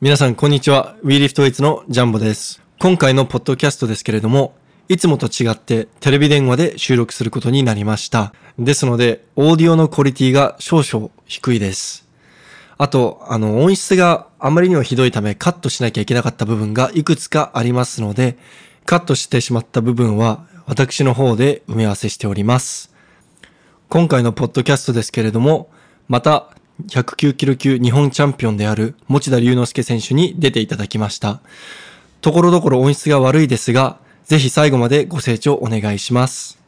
皆さん、こんにちは。WeLiftWeights のジャンボです。今回のポッドキャストですけれども、いつもと違ってテレビ電話で収録することになりました。ですので、オーディオのクオリティが少々低いです。あと、あの、音質があまりにもひどいためカットしなきゃいけなかった部分がいくつかありますので、カットしてしまった部分は私の方で埋め合わせしております。今回のポッドキャストですけれども、また109キロ級日本チャンピオンである持田龍之介選手に出ていただきました。ところどころ音質が悪いですが、ぜひ最後までご清聴お願いします。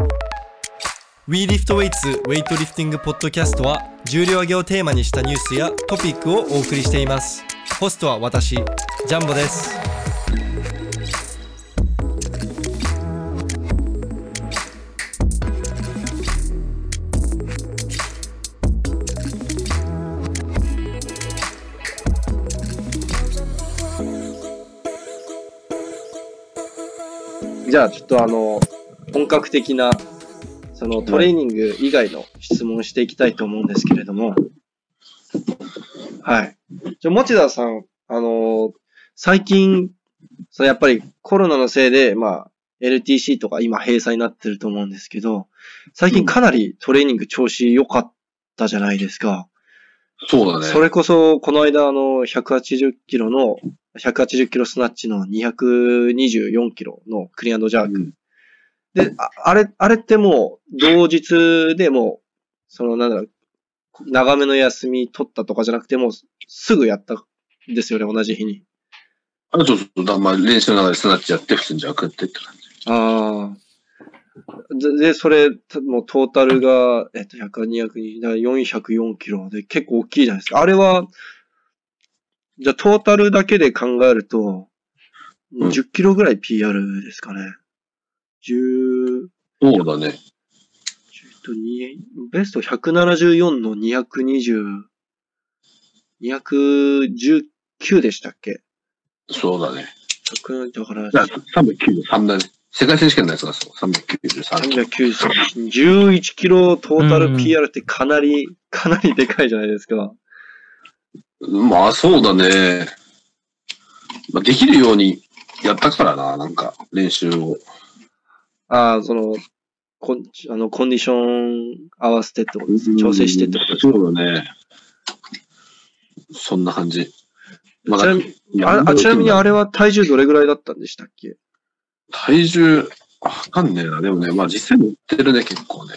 We Lift Weights ウェイトリフティングポッドキャストは重量挙げをテーマにしたニュースやトピックをお送りしています。ホストは私、ジャンボです。じゃあちょっとあの、本格的な、そのトレーニング以外の質問をしていきたいと思うんですけれども。はい。じゃあ、持田さん、あの、最近、そのやっぱりコロナのせいで、まあ、LTC とか今閉鎖になってると思うんですけど、最近かなりトレーニング調子良かったじゃないですか。そうだね。それこそ、この間、あの、180キロの、180キロスナッチの224キロのクリアンドジャーク。うんで、ああれ、あれってもう、同日でもう、その、なんだろう、長めの休み取ったとかじゃなくて、もう、すぐやったんですよね、同じ日に。あとちょっと、だまあ、練習の中でスナッチやって、普通にじゃあ食ってって感じ。ああ。で、それ、たもうトータルが、えっと、100、200、だから404キロで結構大きいじゃないですか。あれは、じゃあトータルだけで考えると、うん10キロぐらい PR ですかね。10、そうだね。 10と2、ベスト174の220、219でしたっけそうだね。 100だから、じゃあ、393だね。世界選手権のやつがそう、393。 390 11キロトータル PR ってかなり、かなりでかいじゃないですか。まあ、そうだね。まあ、できるようにやったからな、なんか、練習を。ああ、その、こんあのコンディション合わせてってことですね。調整してってことですね。そうだね。そんな感じ。まちなみにああちなみにあれは体重どれぐらいだったんでしたっけ体重、わかんねえな。でもね、まあ実際に売ってるね、結構ね。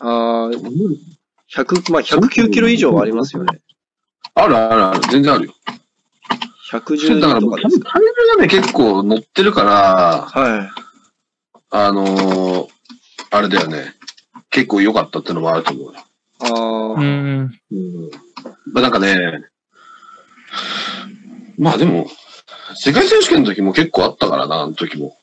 ああ、100、まあ、109キロ以上はありますよね。あるあるある、全然あるよ。そうだか112らもとうか体で重すか。がね、結構乗ってるから、はい。あのーあれだよね。結構良かったってのもあると思うよ。ああ、うん。うん。まあなんかね、まあでも、世界選手権の時も結構あったからな、あの時も。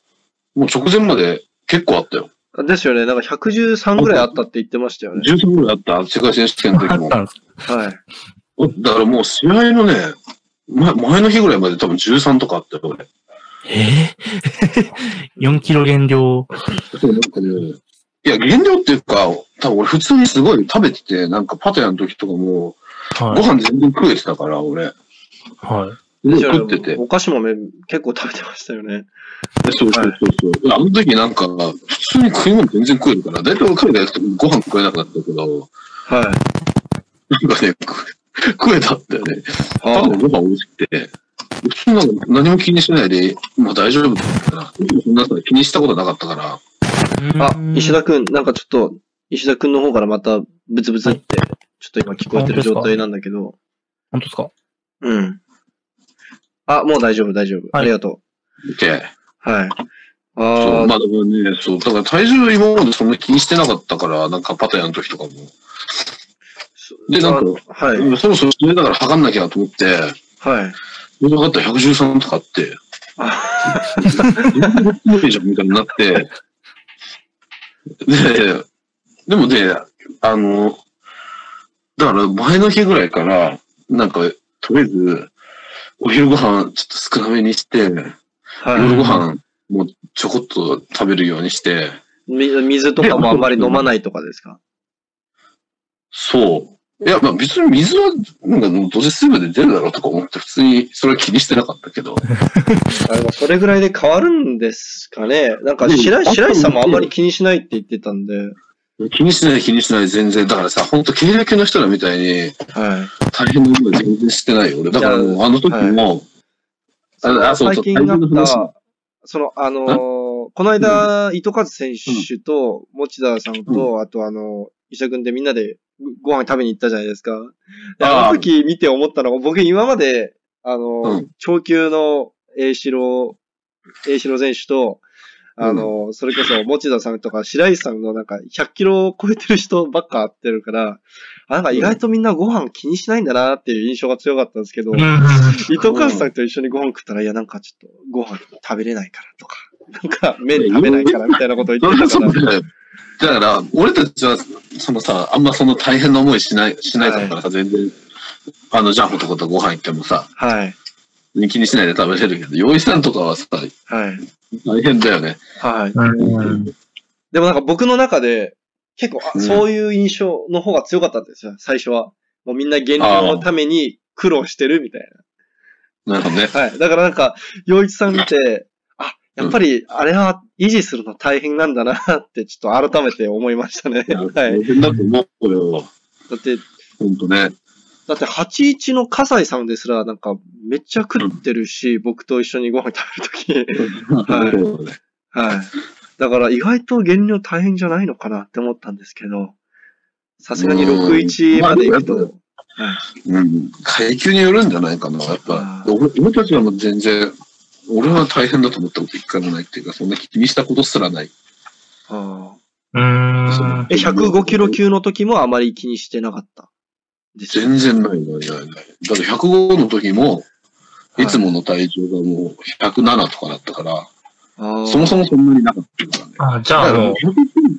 もう直前まで結構あったよ。ですよね。なんか113ぐらいあったって言ってましたよね。 13ぐらいあった、世界選手権の時あもっ。たんですはい。だからもう試合のね、前前の日ぐらいまで多分13とかあったよ、俺。えぇ ?4 キロ減量。いや、減量っていうか、多分俺普通にすごい食べてて、なんかパタヤの時とかも、ごは飯全然食えてたから、俺。い。は全然食ってて。お菓子もめ結構食べてましたよね。そうそうそうそう。いやあの時なんか、普通に食い物全然食えるから、だいたい俺食べたやつとご飯食えなかったけど、はい。なんかね、食え食えたんだよね。あ多分ご飯美味しくて。普通なんか何も気にしないで、まあ大丈夫だったから、そんなさ気にしたことなかったから、い。あ、石田君。くん、なんかちょっと、石田くんの方からまたブツブツって、ちょっと今聞こえてる状態なんだけど、本当ですかうん。あ、もう大丈夫、大丈夫。ありがとって。う。はい。そあう、あ、まあでもね、そう、だから体重今までそんな気にしてなかったから、なんかパタヤの時とかも。そで、なんか、あはい、そろそろそれだから測んなきゃと思って、はい。分かったら113とかあって、あ無理じゃんみたいになって、で、 でもね、あの、だから前の日ぐらいから、なんか、とりあえず、お昼ご飯ちょっと少なめにして、は夜ご飯もちょこっと食べるようにして、い。み水とかもあんまり飲まないとかですかそう。いや、まあ別に水は、なんかどうせすぐで出るだろうとか思って、普通にそれは気にしてなかったけど。あでもそれぐらいで変わるんですかね。なんか白うん石、白石さんもあんまり気にしないって言ってたんで。気にしない気にしない全然。だからさ、ほんと経歴の人らみたいにはい。大変な思い全然してないよ。俺だからもうあの時も、ああそう最そう近あ体重のっ話た、その、あのーこの間、糸数選手と、持田さんと、あとあの、医者君でみんなでご飯食べに行ったじゃないですか。であーあの時見て思ったのが、僕今まで、あのー、う長級の栄志郎、栄志郎選手と、あのー、それこそ、持田さんとか白石さんのなんか、100キロを超えてる人ばっか会ってるから、あなんか意外とみんなご飯気にしないんだなっていう印象が強かったんですけど、うん伊藤和さんと一緒にご飯食ったら、いや、なんかちょっと、ご飯食べれないからとか、なんか麺食べないからみたいなことをそ言れっはてた そかうら。だよ。だから、俺たちは、そのさ、あんまその大変な思いしない、しないだろうからさ、全然、あの、ジャンプとかとご飯行ってもさ、はい。気にしないで食べれるけど、洋一さんとかはさ、はい。大変だよね。はい。うんでもなんか僕の中で、結構、あうんそういう印象の方が強かったんですよ、最初は。もうみんな減量のために苦労してるみたいなるほどね。な。はい。だからなんか、洋一さん見て、あ、やっぱり、あれは維持するの大変なんだなって、ちょっと改めて思いましたね。はい。大変だと思うよ。だって、ほんとね。だって81の笠井さんですら、なんか、めっちゃ食ってるし、僕と一緒にご飯食べる とき。いそうだねはい。だから意外と減量大変じゃないのかなって思ったんですけど、さすがに61まで行くうんと。うん。階級によるんじゃないかな、やっぱ。俺俺たちはもう全然、俺は大変だと思ったこと一回もないっていうか、そんな気にしたことすらない。ああうんえ、105キロ級の時もあまり気にしてなかった。ですよ全然ないないないない。だって105の時も、はいいつもの体重がもう107とかだったから、ああそもそもそんなになかったからね。あ、じだゃかあらもう、 109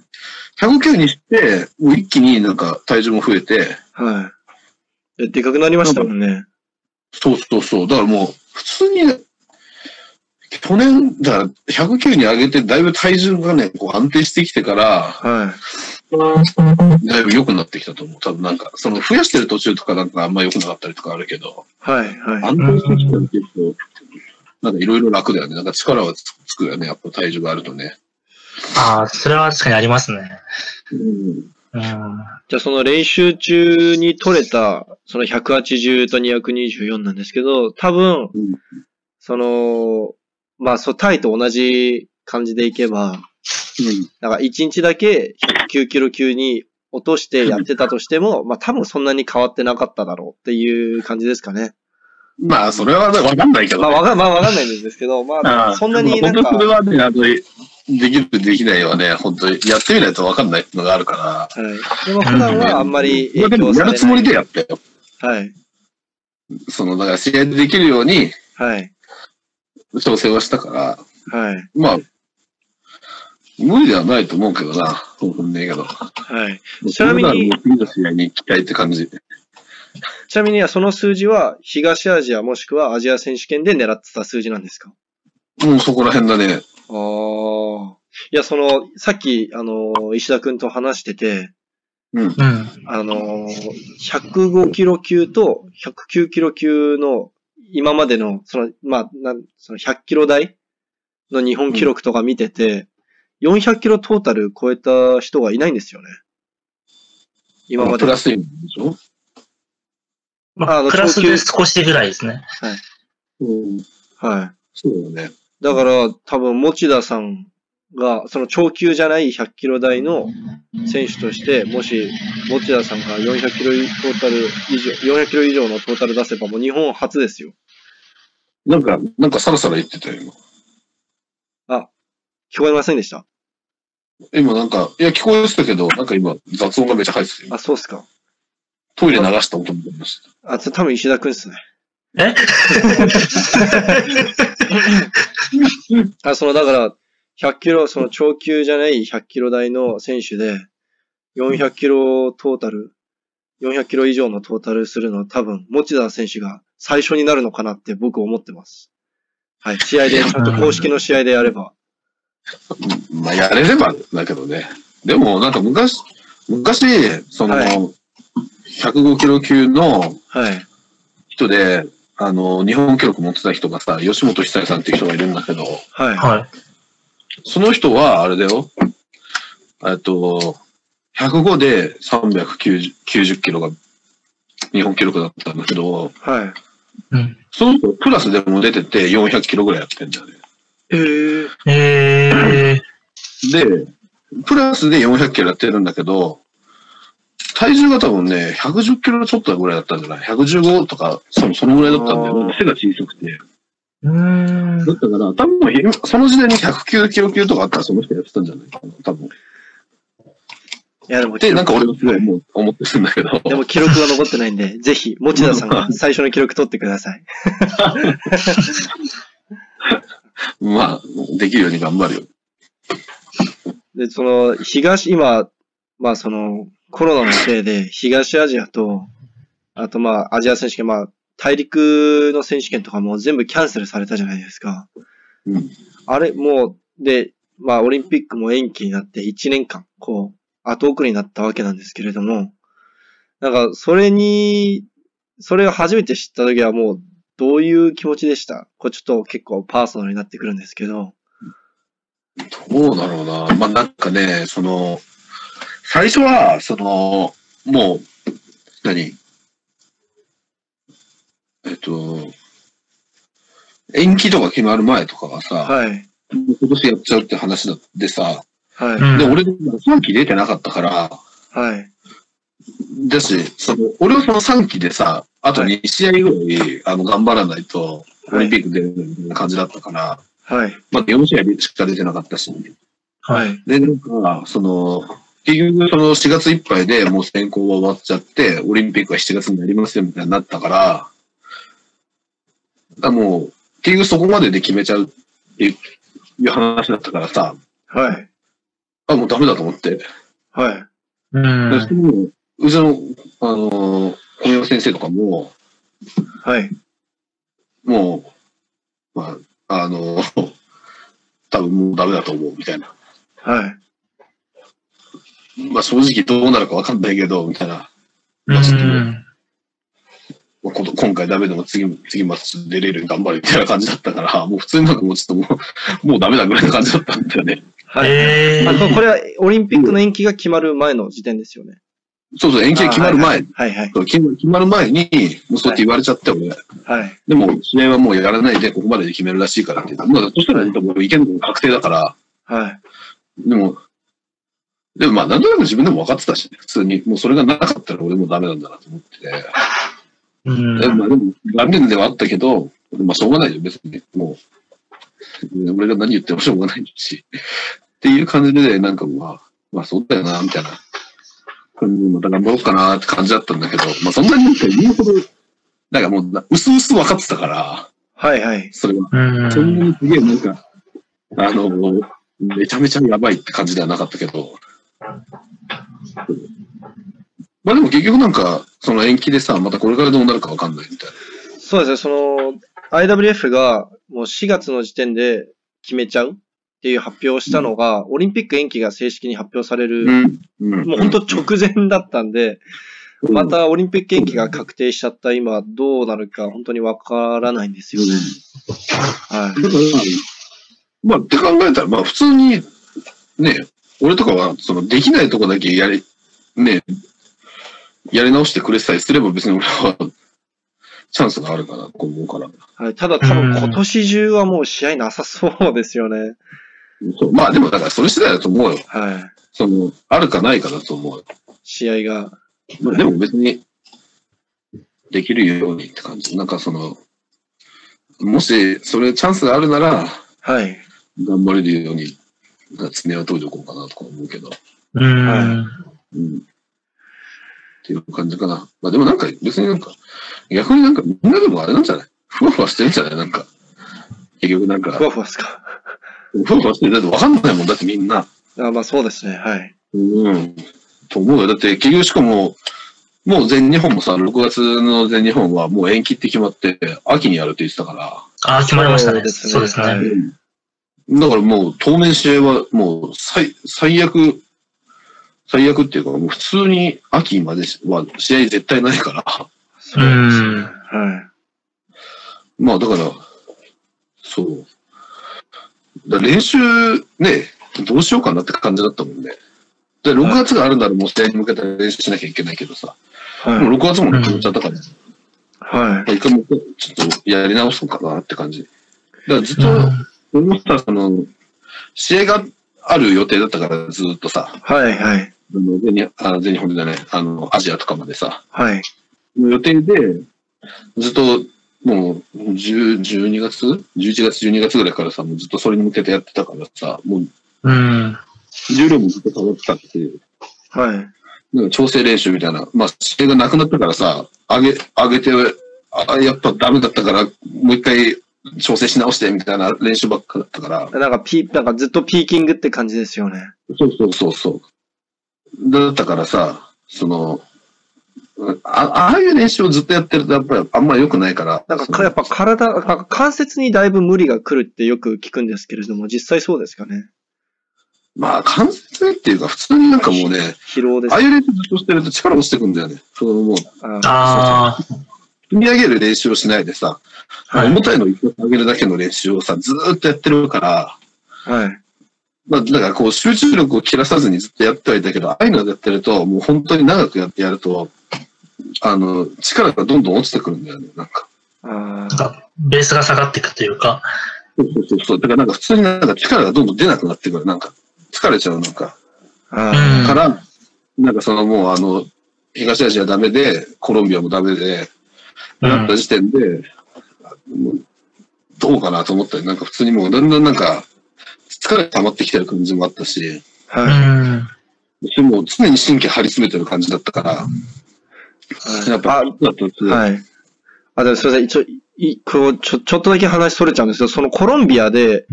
109にして、もう一気になんか体重も増えて、はい。えでかくなりましたもんね。そうそうそう。だからもう、普通に、去年、だから109に上げて、だいぶ体重がね、こう安定してきてから、はだいぶ良くなってきたと思う。多分なんか、その増やしてる途中とかなんかあんま良くなかったりとかあるけど、い。はい。はい。安定してきたら結構、なんかいろいろ楽だよね。なんか力はつつくよね。やっぱ体重があるとね。あそれは確かにありますね。うん。うん。じゃあその練習中に取れた、その180と224なんですけど、多分、うんその、まあ、そう、タイと同じ感じでいけば、なんか一日だけ109キロ級に落としてやってたとし ても、まあ多分そんなに変わってなかっただろうっていう感じですかね。まあ、それはねわかんないけどまあね。わか,、まあ、わかんないんですけど、まあああそんなになん本当それか、はね、あの、できる、できないはね、本当に、やってみないとわかんないってのがあるから。はい、でも普段はあんまりまあで影も響さやれるない。つもりでやってよ。はい。その、だから試合でできるようにはい。調整はしたから、はい。まあ、無理ではないと思うけどな、そうなんねえけど。はい。ちなみにもう次の試合に行きたいって感じ。ちなみにその数字は東アジアもしくはアジア選手権で狙ってた数字なんですかもうそこら辺だね。ああ。いや、その、さっき、あの、石田くんと話してて、うん。うん。あのー、105キロ級と109キロ級の今までの、その、まあ、なんその100キロ台の日本記録とか見てて、400キロトータル超えた人がいないんですよね。今まプで。はラい。スインでしょまああ、のプラスで少しぐらいですね。うん。そうだね。だから、多分、持田さんが、その超級じゃない100キロ台の選手として、もし、持田さんが400キロトータル以上、400キロ以上のトータル出せば、もう日本初ですよ。なんか、なんかさらさら言ってたよ、今。聞こえませんでした今なんか、いや、聞こえてたけど、なんか今、雑音がめっちゃ入ってたよ。あ、そうっすか。トイレ流した音になりました。あ、つ多分石田くんっすね。えあ、その、だから、100キロ、その超級じゃない100キロ台の選手で、400キロトータル、400キロ以上のトータルするのは多分、持田選手が最初になるのかなって僕思ってます。はい、試合で、ちゃんと公式の試合でやれば。うんまあ、やれればだけどね。でも、なんか昔、昔、その、は105キロ級のはい。人で、あの、日本記録持ってた人がさ、吉本久也さんっていう人がいるんだけど、はい。はその人は、あれだよ。えっと、105で390 90キロが日本記録だったんだけど、はい。い。うん。その人プラスでも出てて400キロぐらいやってんだよね。えー、えで、プラスで400キロやってるんだけど、体重が多分ね、110キロちょっとぐらいだったんじゃない ?115 とか、そのそのぐらいだったんだよあね。ー背が小さくて。ー。うだーん。ったから、多分今その時代に109キロ級とかあったらその人やってたんじゃないかな、多分。いやでも、で、でなんか俺もすごいもう思ってるんだけど。も記録が残ってないんで、ぜひ、持田さんが最初の記録取ってください。まあ、できるように頑張るよ。で、その、東、今、まあその、コロナのせいで、東アジアと、あとまあ、アジア選手権、まあ、大陸の選手権とかも全部キャンセルされたじゃないですか。うん。あれ、もう、で、まあ、オリンピックも延期になって1年間、こう、後送りになったわけなんですけれども、なんか、それに、それを初めて知った時はもう、どういう気持ちでしたこれちょっと結構パーソナルになってくるんですけど。どうだろうな。まあなんかね、その、最初は、その、もう、何えっと、延期とか決まる前とかはさ、はい。今年やっちゃうって話だってさ、はい。うんで、俺、3期出てなかったから、はい。だし、その、俺はその3期でさ、あと2試合ぐらい、あの、頑張らないと、オリンピック出るみたいな感じだったから、はい。まあ4試合しか出てなかったし、はい。い。で、なんか、その、結局、その4月いっぱいでもう選考は終わっちゃって、オリンピックは7月になりますよみたいになったから、だからもう、結局そこまでで決めちゃうっていういう話だったからさ、はい。あ、もうダメだと思って。はい。うでそん。れもうちの、あのー、小宮山先生とかも、はい。もう、まあ、あのー、多分もうダメだと思うみたいな。はい。まあ正直どうなるかわかんないけど、みたいな。うん。まあこと今回ダメでも次も、次マッチ出れるように頑張るみたいな感じだったから、もう普通になんかもうちょっともう、もうダメだぐらいな感じだったんだよね。はい。えあー。ここれはオリンピックの延期が決まる前の時点ですよね。 そうそう、延期が決まる前、はいはい。そう決ま決まる前に、もうそうやって言われちゃって、俺。はい。でも、試合はもうやらないで、ここまでで決めるらしいからって言って。まあ、そしたら、もういけるのが確定だから、はい。でも、でもまあ、なんとなく自分でも分かってたし、ね、普通に、もうそれがなかったら俺もダメなんだなと思ってて。うんでまあ、でも、残念ではあったけど、まあ、しょうがないよ、別に。もう、俺が何言ってもしょうがないし。っていう感じで、なんかまあ、まあ、そうだよな、みたいな感じで、また頑張ろうかなって感じだったんだけど、まあ、そんなになんか言うほど、なんかもうな、うすうす分かってたから、はいはい。それは。うんそんなにすげえ、なんか、あの、めちゃめちゃやばいって感じではなかったけど。まあでも結局なんか、その延期でさ、またこれからどうなるかわかんないみたいな。そうですね、その IWF がもう4月の時点で決めちゃうっていう発表をしたのが、オリンピック延期が正式に発表される、うんもう本当直前だったんで、ま、たオリンピック延期が確定しちゃった今、どうなるか本当にわからないんですよね。はうんだから、まあって考えたら、まあ普通に、ね、俺とかは、その、できないとこだけやれ、ね、やり直してくれてたりすれば別に俺は、チャンスがあるかなと思うから。い。はい、ただ多分今年中はもう試合なさそうですよね。そうまあでもだからそれ次第だと思うよ。はその、あるかないかだと思うよ。い。試合が。まあでも別に、できるようにって感じ。なんかその、もし、それチャンスがあるなら、はい。頑張れるように、爪は研いでおこうかなとか思うけど。うん。うん。っていう感じかな。まあでもなんか、別になんか、逆になんか、みんなでもあれなんじゃないふわふわしてるんじゃないなんか。結局なんか、ふわふわっすか。ふわふわしてる。だってわかんないもん。だってみんな。あまあそうですね。はい。うん。と思うよ。だって、結局しかも、もう全日本もさ、6月の全日本はもう延期って決まって、秋にやるって言ってたかあー、決まりましたね。そそううでですすねね。はら。いだからもう、当面試合はもう最、最悪、最悪っていうか、もう普通に秋までは試合絶対ないから、 そうですね。はい。まあだから、そう。だから練習ね、どうしようかなって感じだったもんね。で6月があるならもう試合に向けて練習しなきゃいけないけどさ、もはう6い。月もね終わっちゃったから、はい。一回もうちょっとやり直そうかなって感じ。だからずっと思ってた、その、試合がある予定だったからずっとさ、はい。はい。あの全日あ全日本じゃない、あの、アジアとかまでさ、はい。予定で、ずっと、もう、10 12月 ?11 月、12月ぐらいからさ、もうずっとそれに向けてやってたからさ、もう、うん。重量もずっと変わってたっていう、はい。なんか調整練習みたいな、まあ、試合がなくなったからさ、上げ、上げて、あやっぱダメだったから、もう一回調整し直してみたいな練習ばっかだったから、なんかピー、なんかずっとピーキングって感じですよね。そうそうそうそう。だったからさ、その、あああいう練習をずっとやってると、やっぱりあんま良くないから。なんかか、やっぱ体、なんか関節にだいぶ無理が来るってよく聞くんですけれども、実際そうですかね。まあ、関節っていうか、普通になんかもうね、疲労ですああいう練習ずっとしてると力落ちてくんだよね。そのもう、あああ、積み上げる練習をしないでさ、はい重たいのを一発上げるだけの練習をさ、ずーっとやってるから、はい。まあ、だからこう、集中力を切らさずにずっとやってはいたけど、ああいうのやってると、もう本当に長くやってやると、あの、力がどんどん落ちてくるんだよね、なんか。あなんか、ベースが下がっていくというか、そうそうそうそう。だからなんか普通になんか力がどんどん出なくなってくる。なんか、疲れちゃう、なんか。あ、あうんから、なんかそのもうあの、東アジアダメで、コロンビアもダメで、うんなった時点で、もうどうかなと思ったり、なんか普通にもうだんだんなんか、疲れ溜まってきてる感じもあったし、あ、うはい。ん。もう常に神経張り詰めてる感じだったから、やっぱ、あだとはい。あ、でもすいません。ちょ、い、こう、ちょ、ちょっとだけ話それちゃうんですけど、そのコロンビアで、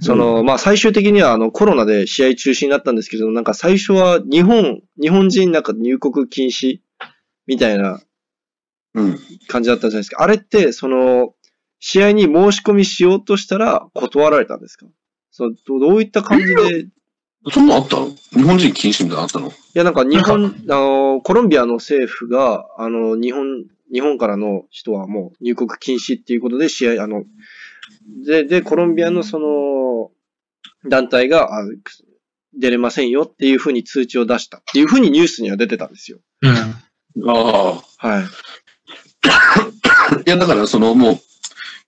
その、まあ最終的にはあのコロナで試合中止になったんですけど、なんか最初は日本、日本人なんか入国禁止みたいなうん。感じだったじゃないですか。あれって、その、試合に申し込みしようとしたら断られたんですかそのどどういった感じで、いそんなのあったの日本人禁止みたいなのあったのやなんか日本、あの、コロンビアの政府が、あの、日本、日本からの人はもう入国禁止っていうことで試合、あの、で、で、コロンビアのその、団体が、あ出れませんよっていうふうに通知を出したっていうふうにニュースには出てたんですよ。うん。あはい。あ。いや、だからそのもう、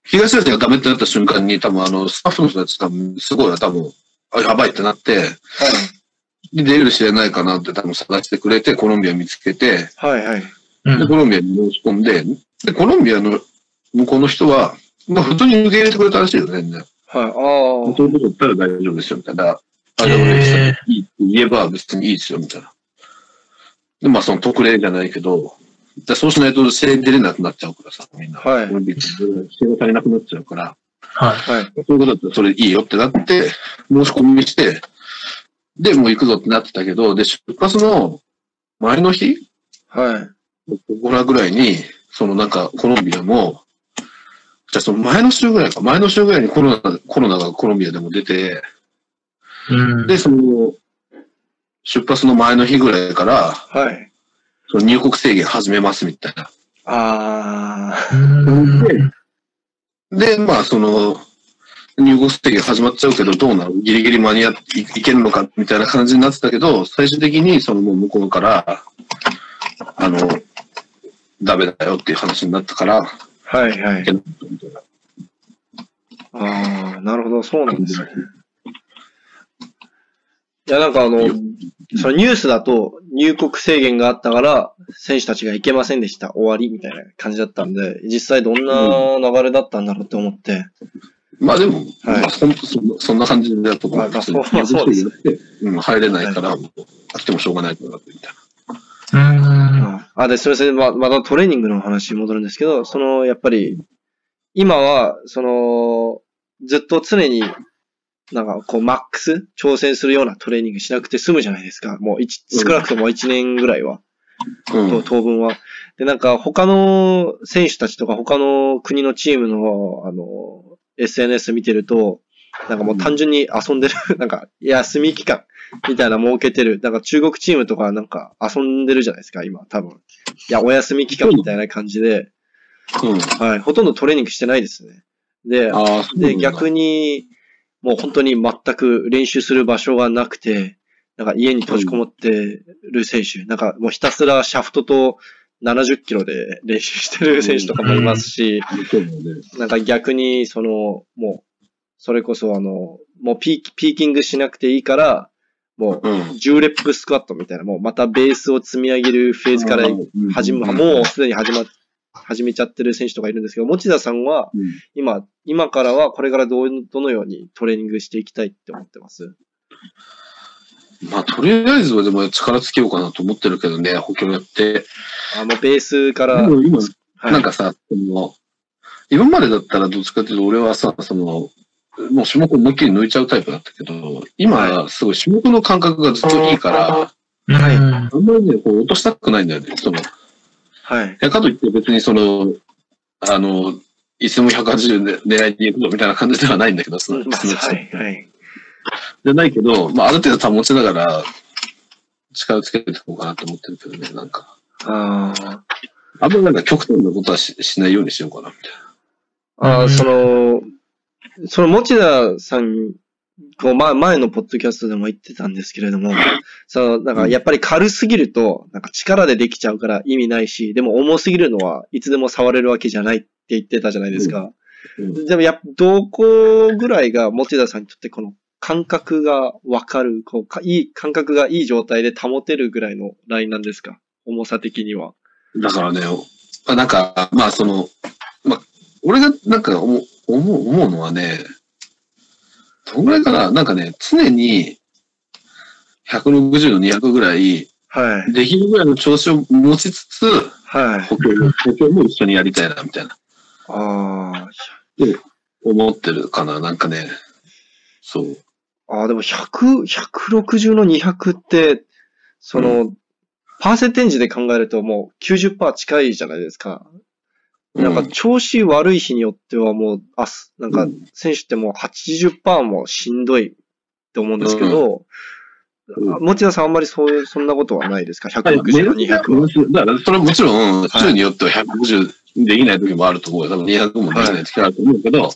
東アジアがダメってなった瞬間に、多分あの、スタッフの人たち多分、すごい多分、あ、やばいってなって、で出れる試合ないかなって多分探してくれて、コロンビア見つけて、はい。はい、はい。うで、ん。コロンビアに申し込んで、で、コロンビアの向こうの人は、まあ、普通に受け入れてくれたらしいよ、全然。はそい。ういうことだったら大丈夫ですよ、みたいな。あの、へいい言えば別にいいですよ、みたいな。で、まあ、その特例じゃないけど、でそうしないと試合出れなくなっちゃうからさ、みんな。ああ。はいコ。ロンビアって試合が足りなくなっちゃうから、はい。はい。そういうことだったらそれいいよってなって、申し込みして、で、もう行くぞってなってたけど、で、出発の前の日はい。 5らぐらいに、そのなんかコロンビアも、じゃあその前の週ぐらいか、前の週ぐらいにコロナ、コロナがコロンビアでも出て、うん。で、その、出発の前の日ぐらいから、はい。その入国制限始めますみたいな。あうんで、まあその、入国制限始まっちゃうけど、どうなるギリギリ間に合っていいけるのかみたいな感じになってたけど、最終的にそのもう向こうから、あの、ダメだよっていう話になったから、あ。はいはいいけ。なかったみたいな。ああ、なるほど、そうなんですね。いや、なんかあの、そのニュースだと入国制限があったから、選手たちが行けませんでした、終わりみたいな感じだったんで、実際どんな流れだったんだろうって思って。まあでも、はいまあ、そんそんそんな感じだと思うあまあそう普通にそうですうん、入れないから、あってもしょうがないかなってみたいうん。あ、で、それで、ま、またトレーニングの話に戻るんですけど、その、やっぱり、今は、その、ずっと常に、なんか、こう、マックス挑戦するようなトレーニングしなくて済むじゃないですか。もう一、うん少なくとも1年ぐらいは。な。うとん。当分は。で、なんか他の選手たちとか他の国のチームの、あの、SNS 見てると、なんかもう単純に遊んでる、 なんか休み期間みたいな設けてる、なんか中国チームとかなんか遊んでるじゃないですか、今、多分。いや、お休み期間みたいな感じで、うん。はい、ほとんどトレーニングしてないですね。で、ああ、そうなんで、だ逆に、もう本当に全く練習する場所がなくて、なんか家に閉じこもってる選手、なんかもうひたすらシャフトと70キロで練習してる選手とかもいますし、そうだよね。なんか逆に、その、もう、それこそあの、もうピーピーキングしなくていいから、もうん。う10レップスクワットみたいな、もうまたベースを積み上げるフェーズから始ま、もうすでに始ま、始めちゃってる選手とかいるんですけど、持田さんは、うん、今、今からはこれからどう、どのようにトレーニングしていきたいって思ってますまあ、とりあえずはでも力つけようかなと思ってるけどね、補強やって。あ、もうベースかでら、も今、はいなんかさ、その、今までだったらどっちかっていうと、俺はさ、その、もう種目を思いっきり抜いちゃうタイプだったけど、今、すごい種目の感覚がずっといいから、はいうんあんまりね、こう落としたくないんだよね。その、いはい。やかといって別にその、あの、いつも180で狙いに行くぞみたいな感じではないんだけど、そまの、あ、そのはい、はい。じゃないけど、まあ、ある程度保ちながら、力をつけていこうかなと思ってるけどね、なんか。あーあんまりなんか極端なことはししないようにしようかな、みたいあー、うんその、その持田さん、こう、ま、前のポッドキャストでも言ってたんですけれど も、その、なんか、やっぱり軽すぎると、なんか力でできちゃうから意味ないし、でも重すぎるのはいつでも触れるわけじゃないって言ってたじゃないですか。な。でもやっぱ、どこぐらいが持田さんにとってこの感覚がわかる、こうか、いい、感覚がいい状態で保てるぐらいのラインなんですか重さ的には。だからね、まあ、なんか、まあその、まあ、俺がなんか思う、思う思うのはね、どんぐらいかな、なんかね、常に、160の200ぐらい、はい。できるぐらいの調子を持ちつつ、はい。補強も、補強も一緒にやりたいな、みたいな、あ思ってるかな、なんかね。そう。あ。ああ、でも100、160の200って、その、パーセンテージで考えるともう90%近いじゃないですか。なんうか調子悪い日によってはもう、あす、なんかう選手ってもう80%もしんどいって思うんですけうど、んあ持田さんあんまりそういう、そんなことはないですか ?160 の200は。 200だから、それはもちろん、週によっては150できない時もあると思うよ。多分200もできない時もあると思うけど、はい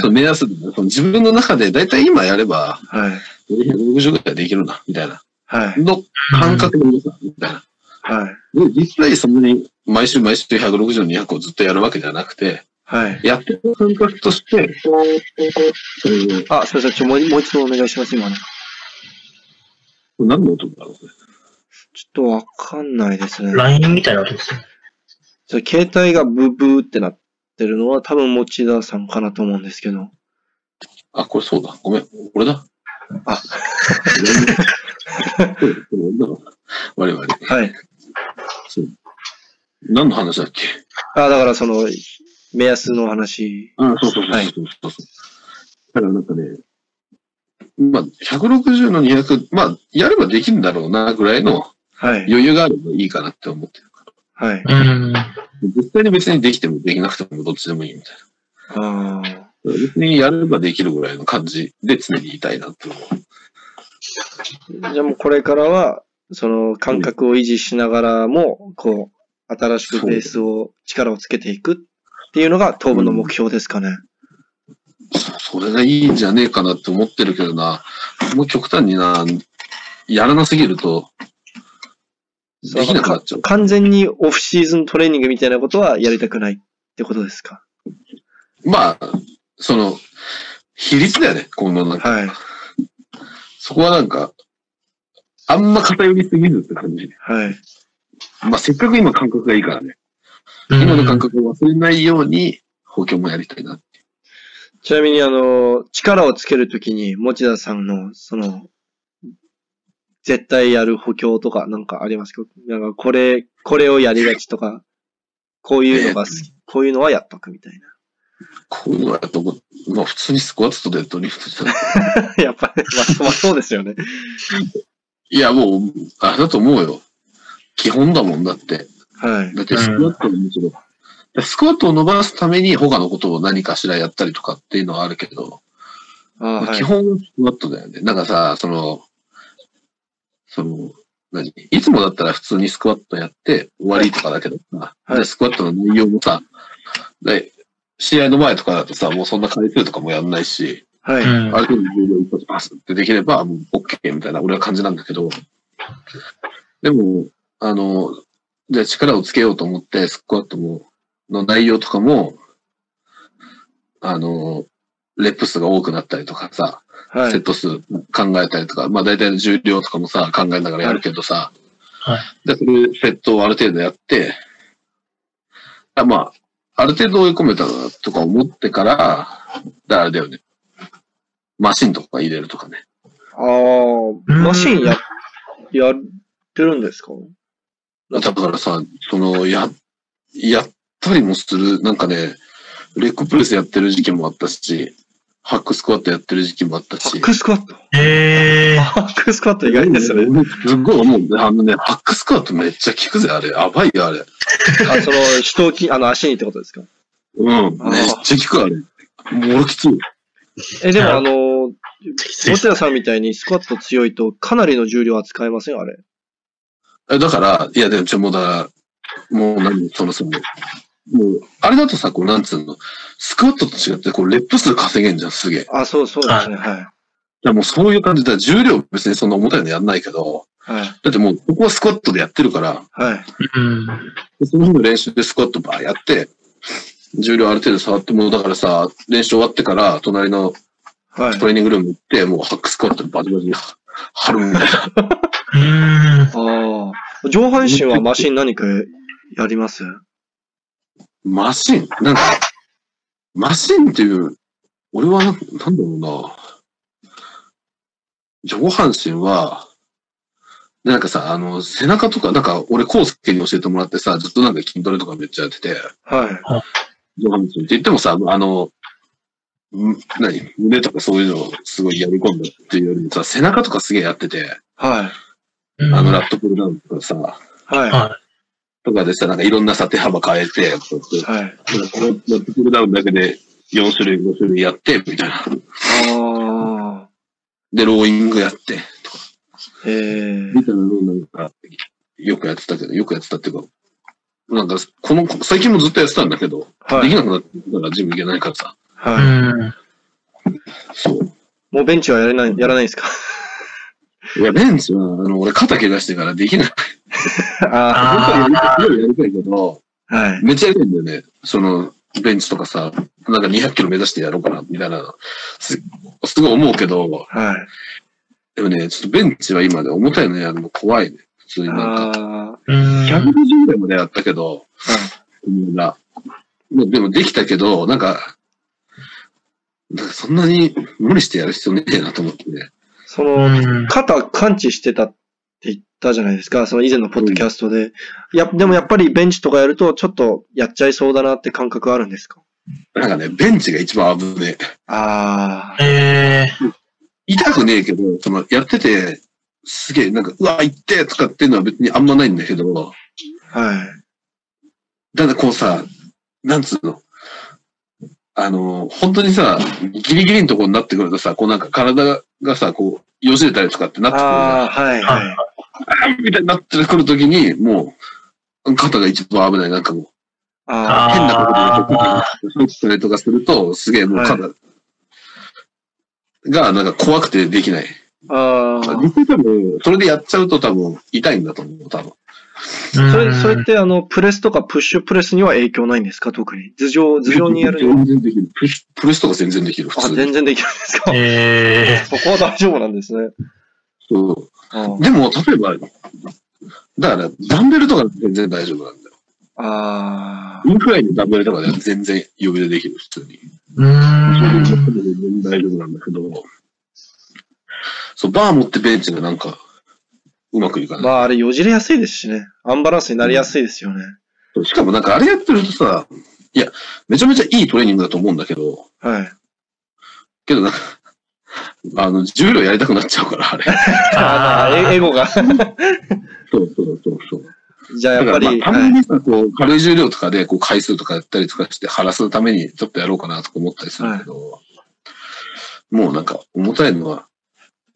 その目安で、その自分の中で、だいたい今やれば、はい。 160ぐらいできるな、みたいな。はい。の感覚の良さ、みたいな。はい。で実際そんなに毎週毎週160、200をずっとやるわけじゃなくて、はい。やってる感覚として、そのあ、すみません。ちょ、もうもう一度お願いします、今の。ちょ何の音だろうね。っとわかんないですね。 LINE みたいな音ですね。それ携帯がブブーってなってるのは多分持田さんかなと思うんですけど。あ、これそうだ。ごめん。俺だ。あ、うんこれ 俺だわ。我々。はい。そう何の話だっけあ、だからその、目安の話。あそうそうそうそうそう。はいだからなんかね、まあ、160の200、まあ、やればできるんだろうな、ぐらいのはい。余裕があればいいかなって思ってる。はい。うん。実際に別にできてもできなくてもどっちでもいいみたいああ。な。別にやればできるぐらいの感じで常にいたいなって思う。じゃあもうこれからは、その感覚を維持しながらも、こう、新しくベースを、力をつけていくっていうのが当分の目標ですかね。それがいいんじゃねえかなって思ってるけどな、もう極端にな、やらなすぎると、できなくなっちゃう。完全にオフシーズントレーニングみたいなことはやりたくないってことですかまあ、その、比率だよね、このなんか。はい。そこはなんか、あんま偏りすぎるって感じ。はい。まあ、せっかく今感覚がいいからね。うん今の感覚を忘れないように、補強もやりたいな。ちなみにあの、力をつけるときに、持田さんの、その、絶対やる補強とかなんかありますかなんかこれ、これをやりがちとか、こういうのが好き、こういうのはやっとくみたいな。こういうのはやっぱ、まあ、普通にスクワットとデッドリフトじゃない。 やっぱり、まあ、まあそうですよね。 いや、もう、あれだと思うよ。基本だもんだって。はい。だってスクワットももちろん。スクワットを伸ばすために他のことを何かしらやったりとかっていうのはあるけど、ああ、まあはい基。本、スクワットだよね。なんかさ、その、その、何いつもだったら普通にスクワットやって終わりとかだけどさ、はいスクワットの内容もさ、で試合の前とかだとさ、もうそんな回数とかもやんないし、はい。うんある程度重量一発パスってできれば、もう OK みたいな、俺は感じなんだけど、でも、あの、じゃあ力をつけようと思って、スクワットも、の内容とかも、あの、レップ数が多くなったりとかさ、はセッい。ト数考えたりとか、まあ大体の重量とかもさ、考えながらやるけどさ、はいで、それ、セットをある程度やって、あまあ、ある程度追い込めたなとか思ってから、だからあれだよね。マシンとか入れるとかね。ああ、マシンや、やってるんですかだからさ、その、や、やったりもする、なんかね、レッグプレスやってる時期もあったし、ハックスクワットやってる時期もあったハしッ。クスクワット。ええハックスクワット意外ですね。すっごい思う。あのね、ハックスクワットめっちゃ効くぜ、あれ。やばいよ、あれ。あ、その、人をき、あの、足にってことですかうん。あーめっちゃ効く、あれ。もうきつい。え、でもはいあの、きついっボすテラさんみたいにスクワット強いとかなりの重量扱えませんあれ。えだから、いや、でも、ちょ、もうだから、もう何、その、その、もう、あれだとさ、こう、なんつうの、スクワットと違って、こう、レップ数稼げんじゃん、すげえ。あ、そうそうですね。はい。でもう、そういう感じだ。重量別にそんな重たいのやんないけど、はい。だってもう、ここはスクワットでやってるから、はい。うん。その日の練習でスクワットばーやって、重量ある程度触っても、だからさ、練習終わってから、隣のはトい。レーニングルーム行って、もう、ハックスクワットでバチバチに張るみたいな。うん。ああ。上半身はマシン何かやりますマシンなんか、マシンっていう、俺はな、なんだろうな。上半身は、でなんかさ、あの、背中とか、なんか、俺、コースケに教えてもらってさ、ずっとなんか筋トレとかめっちゃやってて、はい。上半身って言ってもさ、あの、ん何胸とかそういうのをすごいやり込んだっていうよりもさ、背中とかすげえやってて、はい。あの、なラットプルダウンとかさ、ははとかでさ、なんかいろんなさ、手幅変えて、こうい。やってはい。ラッププルダウンだけで4種類、5種類やって、みたいな。ああ。で、ローイングやって、ええ。みたいなのをなんか、よくやってたけど、よくやってたっていうか、なんか、この、最近もずっとやってたんだけど、はできい。なくなってからジム行けないからさ。い。うはい。ん。そう。もうベンチはやれない、やらないんですか いや、ベンチは、あの、俺肩怪我してからできない。あ本あ当はやりたいけど、あ。はい。めっちゃやりたいんだよね。その、ベンチとかさ、なんか200キロ目指してやろうかな、みたいな、すすごい思うけど、はい。でもね、ちょっとベンチは今ね、重たいのやるの怖いね。普通になんか。あうん。 150ぐらいまでやったけど、うんなまあでもできたけど、なんか、なんかそんなに無理してやる必要ねえなと思ってね。あ。その、肩感知してたって言ったじゃないですか、その以前のポッドキャストで。や、でもやっぱりベンチとかやると、ちょっとやっちゃいそうだなって感覚あるんですかなんかね、ベンチが一番危ねえ。ああ。ええ痛くねえけど、そのやってて、すげえ、なんか、うわ、痛ってとかっていうのは別にあんまないんだけど、はい。ただこうさ、なんつうの、あの、本当にさ、ギリギリのところになってくるとさ、こうなんか体がさ、こう、よじれたりとかってなってくるじゃんああ、はい、はい。みたいになってくるときに、もう、肩が一番危ない。なんかもう、ああー変なことで入ったりとかすると、すげえもう肩が、なんか怖くてできない。あ。ああ。多分、それでやっちゃうと多分、痛いんだと思う、多分。うん。それ、それってあの、プレスとかプッシュプレスには影響ないんですか特に。頭上、頭上にやるの全然できる。プレスプレスとか全然できる、普あ、通に。全然できるんですかえそこは大丈夫なんですね。そうあーでも、例えば、だから、ダンベルとか全然大丈夫なんだよ。あインフライのダンベルとかでは全然余裕でできる、普通に。ー。うん。大丈夫なんだけど、そう、バー持ってベンチがなんか、うまくいかあ。なまあ、あれ、よじれやすいですしね。アンバランスになりやすいですよね。い。しかもなんかあれやってるとさ、いや、めちゃめちゃいいトレーニングだと思うんだけど、はい。けどなんか、あの、重量やりたくなっちゃうから、あれ。ああ、えエゴが。そうそうそうそう。じゃだあやかっぱら、まり、あ、たまにさ、こう、軽い重量とかで、こう、回数とかやったりとかして、晴らすために、ちょっとやろうかなとか思ったりするけど、もうなんか重たいのは、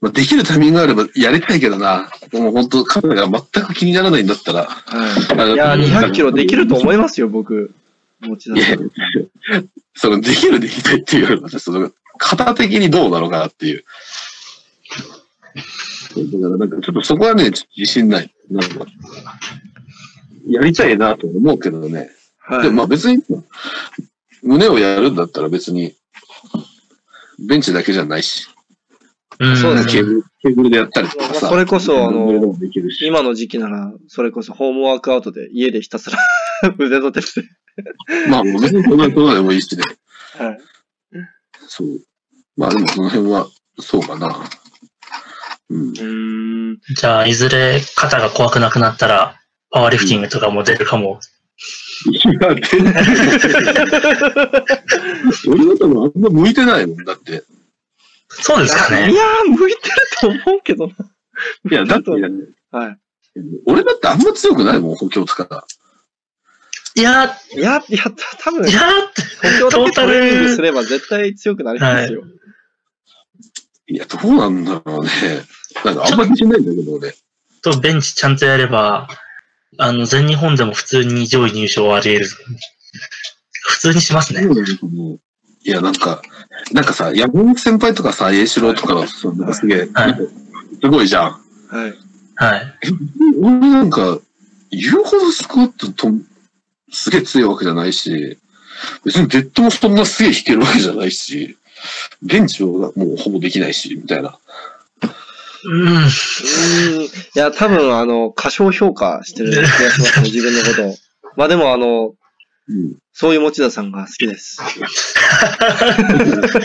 まあ、できるタイミングがあればやりたいけどな、もう本当カメラが全く気にならないんだったら、あいのなや、んか200キロできると思いますよ、僕。持ちい出やし、 その、できるできないっていうよりも、その、型的にどうなのかなっていう。だからなんかちょっとそこはね、ちょっと自信ない。なんか、やりたいなと思うけどね。はでいも。まあ別に、胸をやるんだったら別に、ベンチだけじゃないし、うんそうですねケーブルケーブルでやったりとかさ。それこそあのどれでもできるし今の時期なら、それこそホームワークアウトで家でひたすら 腕立てして。まあ、もう別にこんなことでもいいしね。はい。そう。まあでもその辺は、そうかな。うん。うん。じゃあ、いずれ肩が怖くなくなったら、パワーリフティングとかも出るかも。いや、全然。俺だったらあんま向いてないもん。だって。そうですかいね。やー、向いてると思うけどな。いや、だって、は俺だってあんま強くないもん、補強使から。いや、い。いや、いや、た多分い、や、補強的トレーニングすトータルれば絶対強くなりますよ。いや、どうなんだろうね。なんかあんま自信ないんだけど、俺。とベンチちゃんとやれば、あの、全日本でも普通に上位入賞はあり得る。普通にしますね。いや、なんか、なんかさ、山本先輩とかさ、栄四郎とかの、そうなんかすげえ、なんかすごいじゃん。はい。はい。俺なんか、言うほどスクワットと、すげえ強いわけじゃないし、別にデッドもそんなすげえ弾けるわけじゃないし、ベンチはもうほぼできないし、みたいな。うん。うーん。いや、多分、あの、過小評価してる気がしますね、自分のことを。まあでも、あの、うん。そういう持田さんが好きです。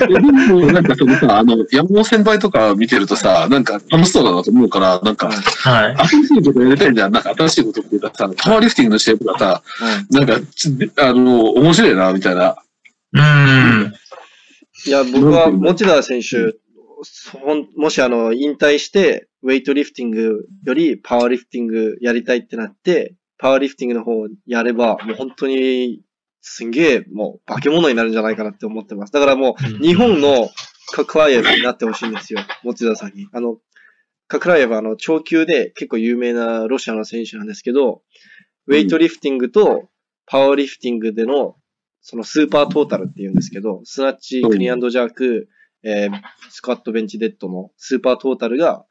でもなんかそのさ、あの、山本先輩とか見てるとさ、なんか楽しそうだなと思うから、なんか、はい。新しいことやりたいんじゃん。なんか新しいことっていうかさ、パワーリフティングのシェイプがさ、はい。なんか、ちあの、面白いな、みたいな。うん。いや、僕は、持田選手、ほんもしあの、引退して、ウェイトリフティングよりパワーリフティングやりたいってなって、パワーリフティングの方をやれば、もう本当に、すんげえ、もう、化け物になるんじゃないかなって思ってます。だからもうんう、日本のカクライエフになってほしいんですよ、持田さんに。あの、カクライエフはあの、長級で結構有名なロシアの選手なんですけど、ウェイトリフティングとパワーリフティングでのそのスーパートータルって言うんですけど、スナッチ、クリアンドジャーク、えースクワット、ベンチ、デッドのスーパートータルが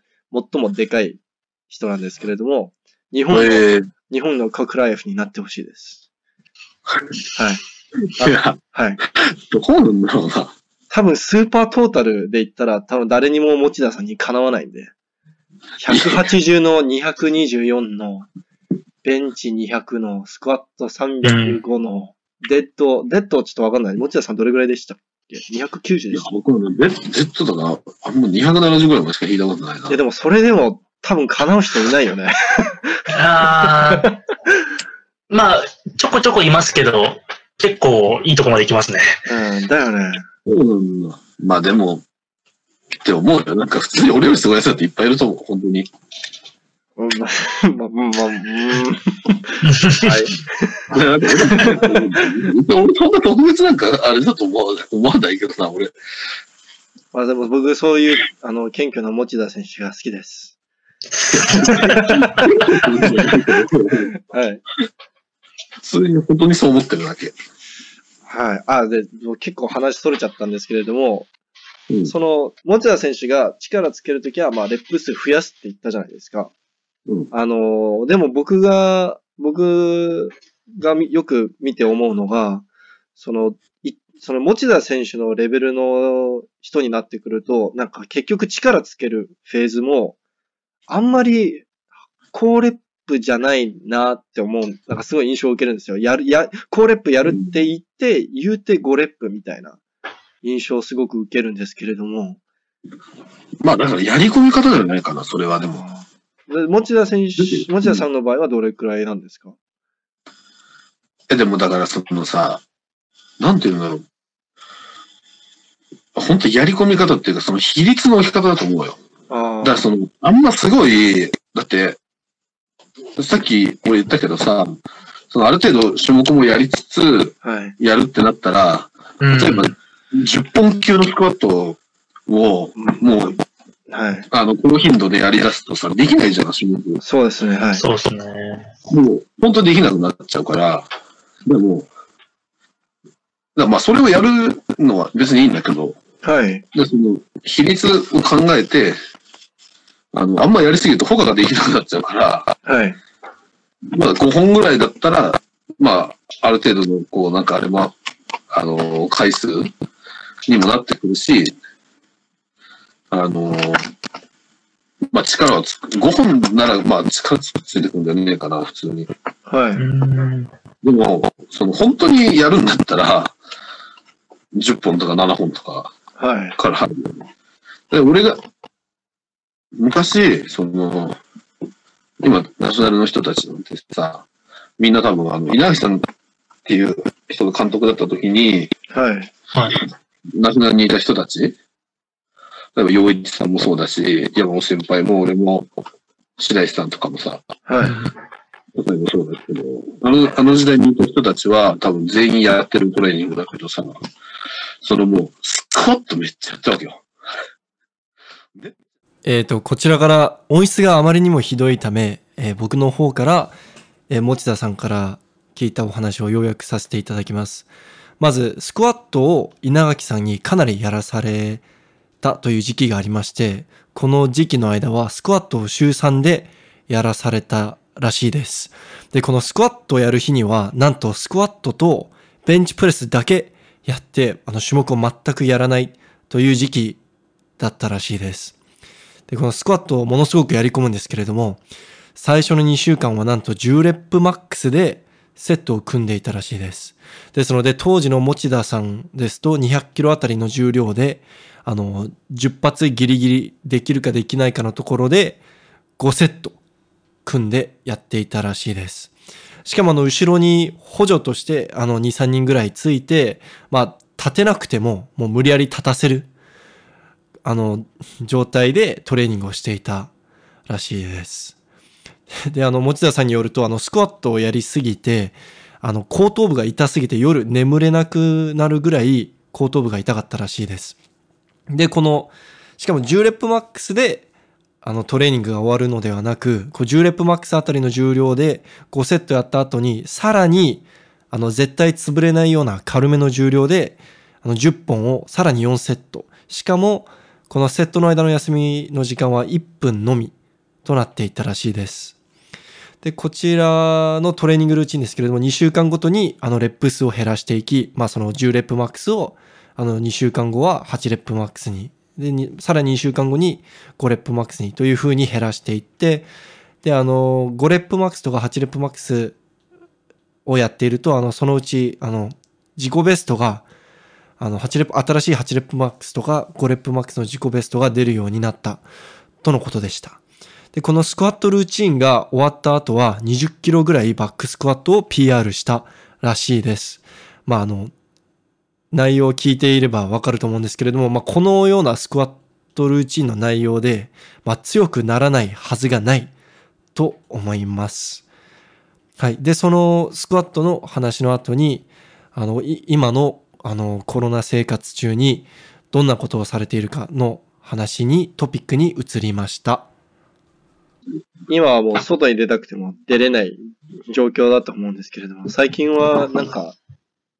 最もでかい人なんですけれども、日本の、え日本のカクラエフになってほしいです。はい。ー、いや、はい。 どうなんだろうな。多分スーパートータルで言ったら、多分誰にも持田さんにかなわないんで。180の224の、ベンチ200の、スクワット305の、デッド、デッドちょっとわかんない。持田さんどれぐらいでしたっけ ?290 いでやした。、僕はね、Z とか、あんま270ぐらいまでしか弾いたことないな。いやでもそれでも多分かなう人いないよね。あーまあ、ちょこちょこいますけど、結構いいとこまで行きますね。うん、だよね。そうなんだ。まあでも、って思うよ。なんか普通に俺よりすごいやつだっていっぱいいると思う、本当に。うん、まあ、まあ、まあ、うん。はい。 俺そんな特別なんか、あれだと思う思わないけどな、俺。 まあでも僕そういう、あの、謙虚な持田選手が好きです。普はい。通に本当にそう思ってるだけ。はい。あ、で、もう結構話それちゃったんですけれども、うんその、持田選手が力つけるときは、まあ、レップ数増やすって言ったじゃないですか。うんあのー、でも僕が、僕がみよく見て思うのが、その、いその持田選手のレベルの人になってくると、なんか結局力つけるフェーズも、あんまり高レップじゃないなって思う、なんかすごい印象を受けるんですよ。やる、や、高レップやるって言って、言うて5レップみたいな印象をすごく受けるんですけれども、まあだからやり込み方じゃないかな、それはでも。で持田選手、うん持田さんの場合はどれくらいなんですかえ、でもだからそのさ、なんていうんだろう。本当やり込み方っていうか、その比率の置き方だと思うよ。あだからその、あんますごい、だって、さっき俺言ったけどさ、そのある程度種目もやりつつ、あ、はい。やるってなったら、 うん例えば、10本級のスクワットをを、もう、はい。あの、高頻度でやり出すとさ、できないじゃん、種目。そうですね、はい。そうですね。もう、本当にできなくなっちゃうから、でも、だからまあ、それをやるのは別にいいんだけど、はい。でその、比率を考えて、あの、あんまやりすぎると他ができなくなっちゃうから、はい。まあ、5本ぐらいだったら、まあ、ある程度の、こう、なんかあれは、あの、回数にもなってくるし、あの、まあ、力はつく。5本なら、まあ、力つついてくるんじゃねえかな、普通に。はうい。ん。でも、その本当にやるんだったら、10本とか7本とかはい。から入るよね。で俺が、昔、その、今、ナショナルの人たちなんてさ、みんな多分、あの、稲垣さんっていう人が監督だった時に、はい。はい。ナショナルにいた人たち、例えば、洋一さんもそうだし、山本先輩も俺も、白石さんとかもさ、はい。例えばそうですけど、あの、あの時代にいた人たちは多分全員やってるトレーニングだけどさ、そのもう、スクワットめっちゃやったわけよ。えっ、と、こちらから音質があまりにもひどいため、えー僕の方から、えー持田さんから聞いたお話を要約させていただきます。まず、スクワットを稲垣さんにかなりやらされたという時期がありまして、この時期の間はスクワットを週3でやらされたらしいです。で、このスクワットをやる日には、なんとスクワットとベンチプレスだけやって、あの種目を全くやらないという時期だったらしいです。で、このスクワットをものすごくやり込むんですけれども、最初の2週間はなんと10レップマックスでセットを組んでいたらしいです。ですので、当時の持田さんですと200キロあたりの重量で、あの、10発ギリギリできるかできないかのところで、5セット組んでやっていたらしいです。しかもあの、後ろに補助として、あの、2、3人ぐらいついて、まあ、立てなくても、もう無理やり立たせるあの、状態でトレーニングをしていたらしいです。で、あの、持田さんによると、あの、スクワットをやりすぎて、あの、後頭部が痛すぎて夜眠れなくなるぐらい後頭部が痛かったらしいです。で、この、しかも10レップマックスで、あの、トレーニングが終わるのではなく、こう10レップマックスあたりの重量で5セットやった後に、さらに、あの、絶対潰れないような軽めの重量で、あの、10本をさらに4セット。しかも、このセットの間の休みの時間は1分のみとなっていたらしいです。で、こちらのトレーニングルーチンですけれども、2週間ごとにあのレップ数を減らしていき、まあその10レップマックスをあの2週間後は8レップマックスに、で、にさらに2週間後に5レップマックスにという風に減らしていって、で、あの、5レップマックスとか8レップマックスをやっていると、あの、そのうち、あの、自己ベストがあの、8レップ、新しい8レップマックスとか5レップマックスの自己ベストが出るようになった、とのことでした。で、このスクワットルーチンが終わった後は20キロぐらいバックスクワットを PR したらしいです。まあ、あの、内容を聞いていればわかると思うんですけれども、まあ、このようなスクワットルーチンの内容で、まあ、強くならないはずがないと思います。はい。で、そのスクワットの話の後に、あの、い今の、あの、コロナ生活中にどんなことをされているかの話に、トピックに移りました。今はもう外に出たくても出れない状況だと思うんですけれども、最近はなんか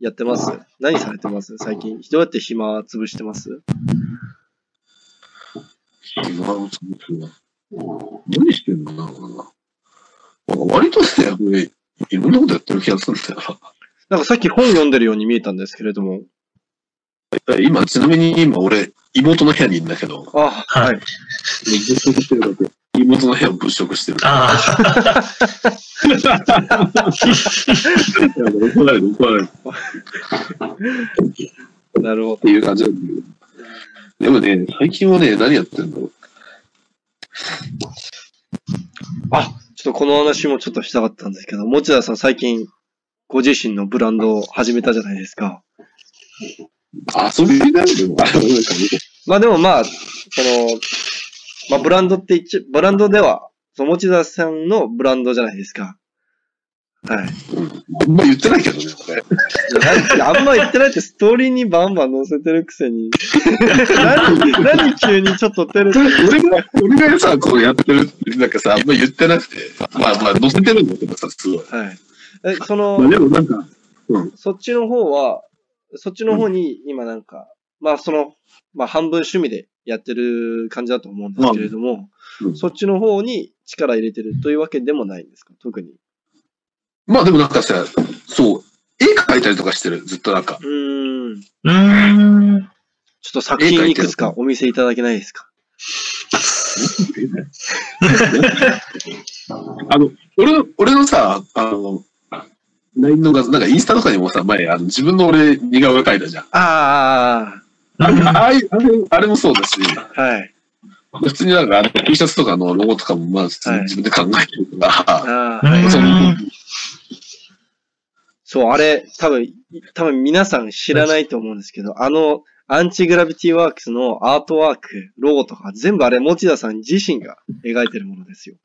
やってます何されてます最近。どうやって暇潰してます何してんのかな割とね、これ、いろんなことやってる気がするんだよなんかさっき本読んでるように見えたんですけれども。な。今、ちなみに今、俺、妹の部屋にいるんだけど、あ、ははいい。物色してるだけ。妹の部屋を物色してる。あいや怒られる、怒られる。なるほっていう感じなんだけど。でもね、最近はね、何やってんだろう。ど。ちょっとこの話もちょっとしたかったんですけど、持田さん最近ご自身のブランドを始めたじゃないですか。遊びになるけど、あれなんかねまあでもまあ、その、まあブランドって一、ブランドでは、その持田さんのブランドじゃないですか。はい。あんま言ってないけどね、これ。いやあんま言ってないってストーリーにバンバン載せてるくせに。何、何急にちょっと照れてる。俺が、俺がさ、こうやってるって、なんかさ、あんま言ってなくて、まあまあ、載せてるんだけどさ、すごい。はい。え、そまあの、でもなんか、うん。そっちの方は、そっちの方に今なんか、まあその、まあ半分趣味でやってる感じだと思うんですけれども、うんそっちの方に力入れてるというわけでもないんですか特に。まあでもなんかさ、そう、絵描いたりとかしてる、ずっとなんか。うーん。ちょ うーん。っと作品いくつかお見せいただけないですかあの、俺の、俺のさ、あの、LINE の画像、なんかインスタとかにもさ、前、あの自分の俺、似顔絵描いたじゃん。ああれ、ああいうあれあれもそうだし、あ、はい。普通になんかあの T シャツとかのロゴとかも、まあ、普通に自分で考えて るから、あうあ、んそうそう、あれ、多分、多分皆さん知らないと思うんですけど、あの、アンチグラビティワークスのアートワーク、ロゴとか、全部あれ、持田さん自身が描いてるものですよ。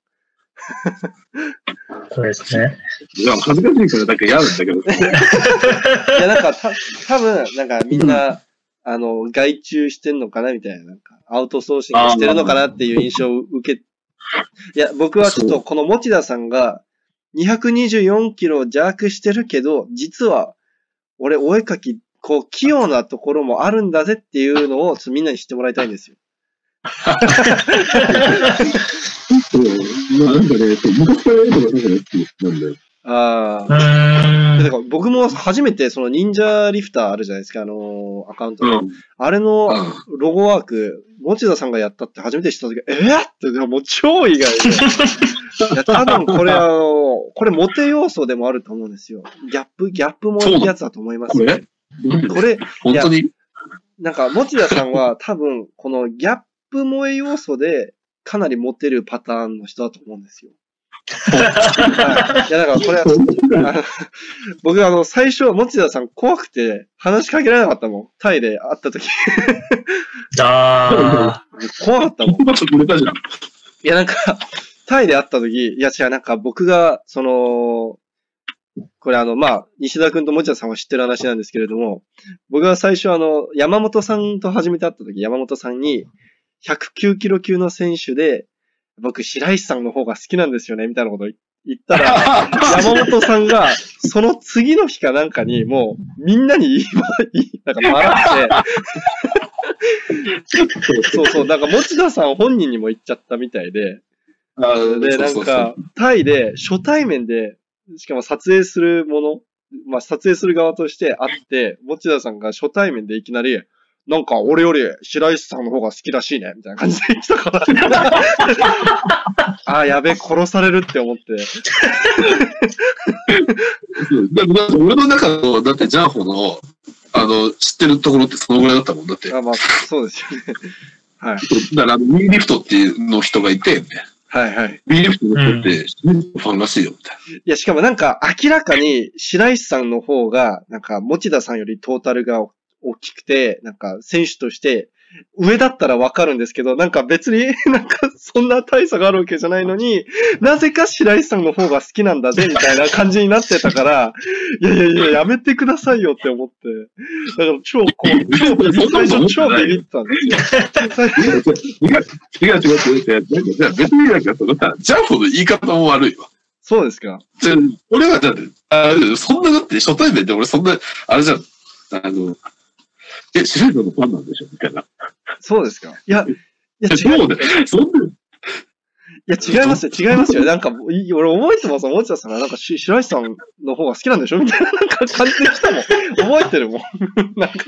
そうですね。いや恥ずかしいからなんか嫌なんだけど、いや、 なんか、た多分なんかみんな、あの、外注してんのかなみたいな、なんか、アウトソーシングしてるのかなっていう印象を受け、いや、僕はちょっそと、この持田さんが、224キロ弱してるけど、実は、俺、お絵描き、こう、器用なところもあるんだぜっていうのを、ちょっとみんなに知ってもらいたいんですよ。そうまあなんかね、そう昔から絵とかなんかね、なんだよ。あうあ。ーだん。から僕も初めて、その、忍者リフターあるじゃないですか、あのアカウントの。あれの、うロゴワーク、持田さんがやったって初めて知った時、えー、って、もう超意外で。いや、多分これあの、これモテ要素でもあると思うんですよ。ギャップ、ギャップもそうなのやつだと思います。これこれ、本当になんか、持田さんは多分、このギャップ萌え要素で、かなりモテるパターンの人だと思うんですよ。はい、いや、だからこれは、あの僕あの、最初、持田さん怖くて、話しかけられなかったもん。タイで会った時、あ怖かったもん。言葉とくれたじゃん。いや、なんか、タイで会った時、いや、違う、なんか僕が、その、これあの、まあ、西田くんと持田さんは知ってる話なんですけれども、僕が最初あの、山本さんと初めて会った時、山本さんに、109キロ級の選手で、僕、白石さんの方が好きなんですよね、みたいなこと言言ったら、山本さんが、その次の日かなんかに、もう、みんなに言いま、言いなんか笑って、そうそう、なんか持田さん本人にも言っちゃったみたいで、 あで、なんか、、タイで、初対面で、しかも撮影するもの、まあ、撮影する側として会って、持田さんが初対面でいきなり、なんか俺より白石さんの方が好きらしいね、みたいな感じで来たから。ああ、やべえ、殺されるって思って。うんだから俺の中の、だってジャンホの、あの、知ってるところってそのぐらいだったもん。だって、だあまあ、そうですよね。はい。から、あのミーリフトっていうの人がいて、はいはい。ミーリフトの人って、ファンらしいよ、みたいいや、しかもなんか明らかに白石さんの方が、なんか持田さんよりトータルが大きくて、なんか選手として、上だったらわかるんですけど、なんか別に、 なんかそんな大差があるわけじゃないのに、なぜか白石さんの方が好きなんだぜ、みたいな感じになってたから、いやいやいや、やめてくださいよって思って。だから超こう、超ビビ最初超ビビってたんですよ。な。違う違う違う違う。なんかじゃあ別になんかそのさ、ジャンホの言い方も悪いわ。そうですかじゃあ俺はだって、あそんなだって初対面で俺そんな、あれじゃん、あの、え、白井さんのファンなんでしょみたいな。そうですかいや、いや違うそうだよ。そんな、いや、違いますよ、違いますよ。なんか、い俺覚えてますもん、持田さんが、なんか、し白石さんの方が好きなんでしょみたいな、なんか感じでしたもん。覚えてる もん。なんか、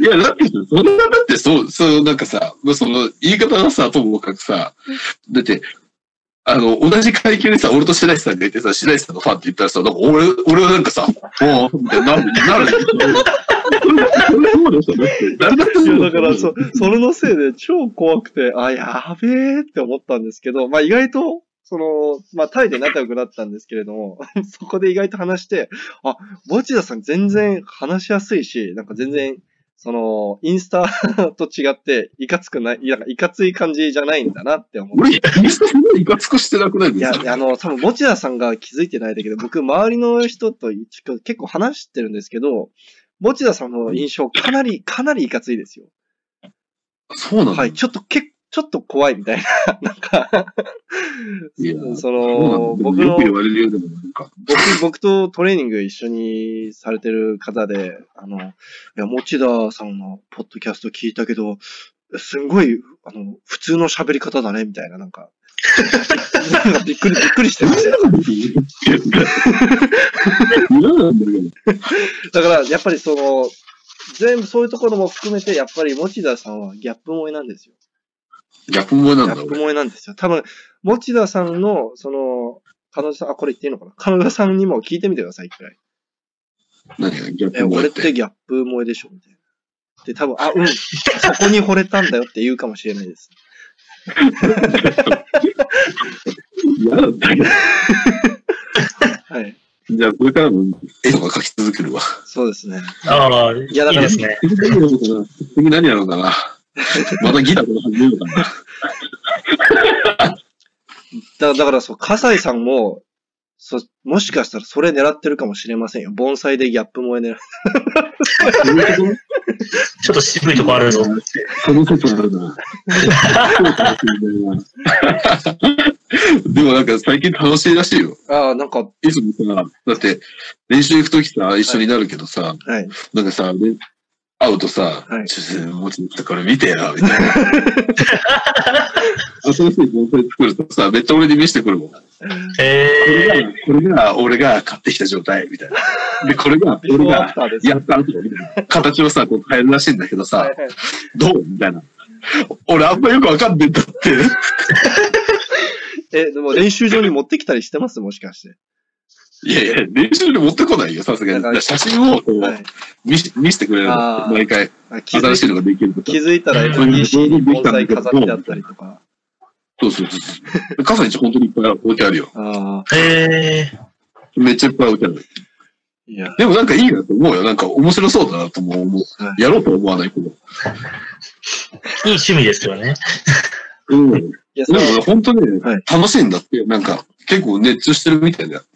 いや、だって、そんな、だって、そう、そう、なんかさ、まあその、言い方がさ、ともかくさ、だって、あの、同じ階級にさ、俺と白石さんがいてさ、白石さんのファンって言ったらさ、なんか俺、俺はなんかさ、おうみたいになる、なる。それそうでしょだって、誰だっていそやうだから、そそ、それのせいで超怖くて、あ、やべえって思ったんですけど、まあ意外と、その、まあタイで仲良くなったんですけれども、 そこで意外と話して、あ、持田さん全然話しやすいし、なんか全然その、インスタ と違って、いかつくない、いや、いかつい感じじゃないんだなって思う。俺、インスタそんなにいかつくしてなくないいですや、かあの、多分、持田さんが気づいてないだけで、僕、周りの人と一応結構話してるんですけど、持田さんの印象、かな り、かなりいかついですよ。そうなんだ。はい、ちょっと、けちょっと怖いみたいな、なんか、いやそその、うなんだ。僕でもよのく、言われるよ、でもなん か。僕、僕とトレーニング一緒にされてる方で、あの、いや、持田さんのポッドキャスト聞いたけど、すんごい、あの、普通の喋り方だね、みたいな、なんか、 なんかびっくり、びっくりしてました。嫌なんだけど。だから、やっぱりその、全部そういうところも含めて、やっぱり持田さんはギャップ萌えなんですよ。ギャップ萌えなんギャだ、ップ俺。萌えなんですよ。多分、持田さんの、その、彼女さん、あ、これ言っていいのかな彼女さんにも聞いてみてください、一回。何がギャップえ、萌え俺っってて。ギャップ萌えでしょみたいな。で、多分、あ、うん、そこに惚れたんだよって言うかもしれないです。嫌なんだけど。はい。じゃあ、これからも絵とか描き続けるわ。そうですね。ああ、いいやだからですね。次何やろうかな次何やろうかなまたギターとか始めようかな。だだから、そう、笠井さんも、そ、もしかしたらそれ狙ってるかもしれませんよ。盆栽でギャップ萌え狙っそういうことちょっと渋いとこあるぞ。その説あるな。そうかもしれない なでもなんか最近楽しいらしいよ。ああ、なんか、いつもさ、だって練習行くときさ、一緒になるけどさ、はい。なんかさ、で会うとさ、はいちょっともうちょっとこれ見てよ、み たいな。あそういう盆栽作るとさ、めっちゃ俺に見せてくるもん。これええが、これが俺が買ってきた状態、みたいな。で、これが、俺アがフターです。やった後みたいな形をさ、こう変えるらしいんだけどさ、はいはいどうみたいな。俺あんまよくわかんねえんだって。え、でも練習場に持ってきたりしてますもしかして。いやいや、練習で持ってこないよ、さすがだかに。ら写真をこう、はい。見せ見せてくれるのあー毎回、あ気づ新いしいのができるとか気。づいたら FDC に盆栽飾ってあったりとか。そうそうそう。傘に本当にいっぱい置いてあるよ。ああ、ー、えめっちゃいっぱい置いてある。いや。でもなんかいいなと思うよ。なんか面白そうだなとも思はう。やろうとは思わないけど。ー、いい趣味ですよね。うん。でもいや、それね本当ねはい、楽しいんだって。なんか、結構熱中してるみたいだよ。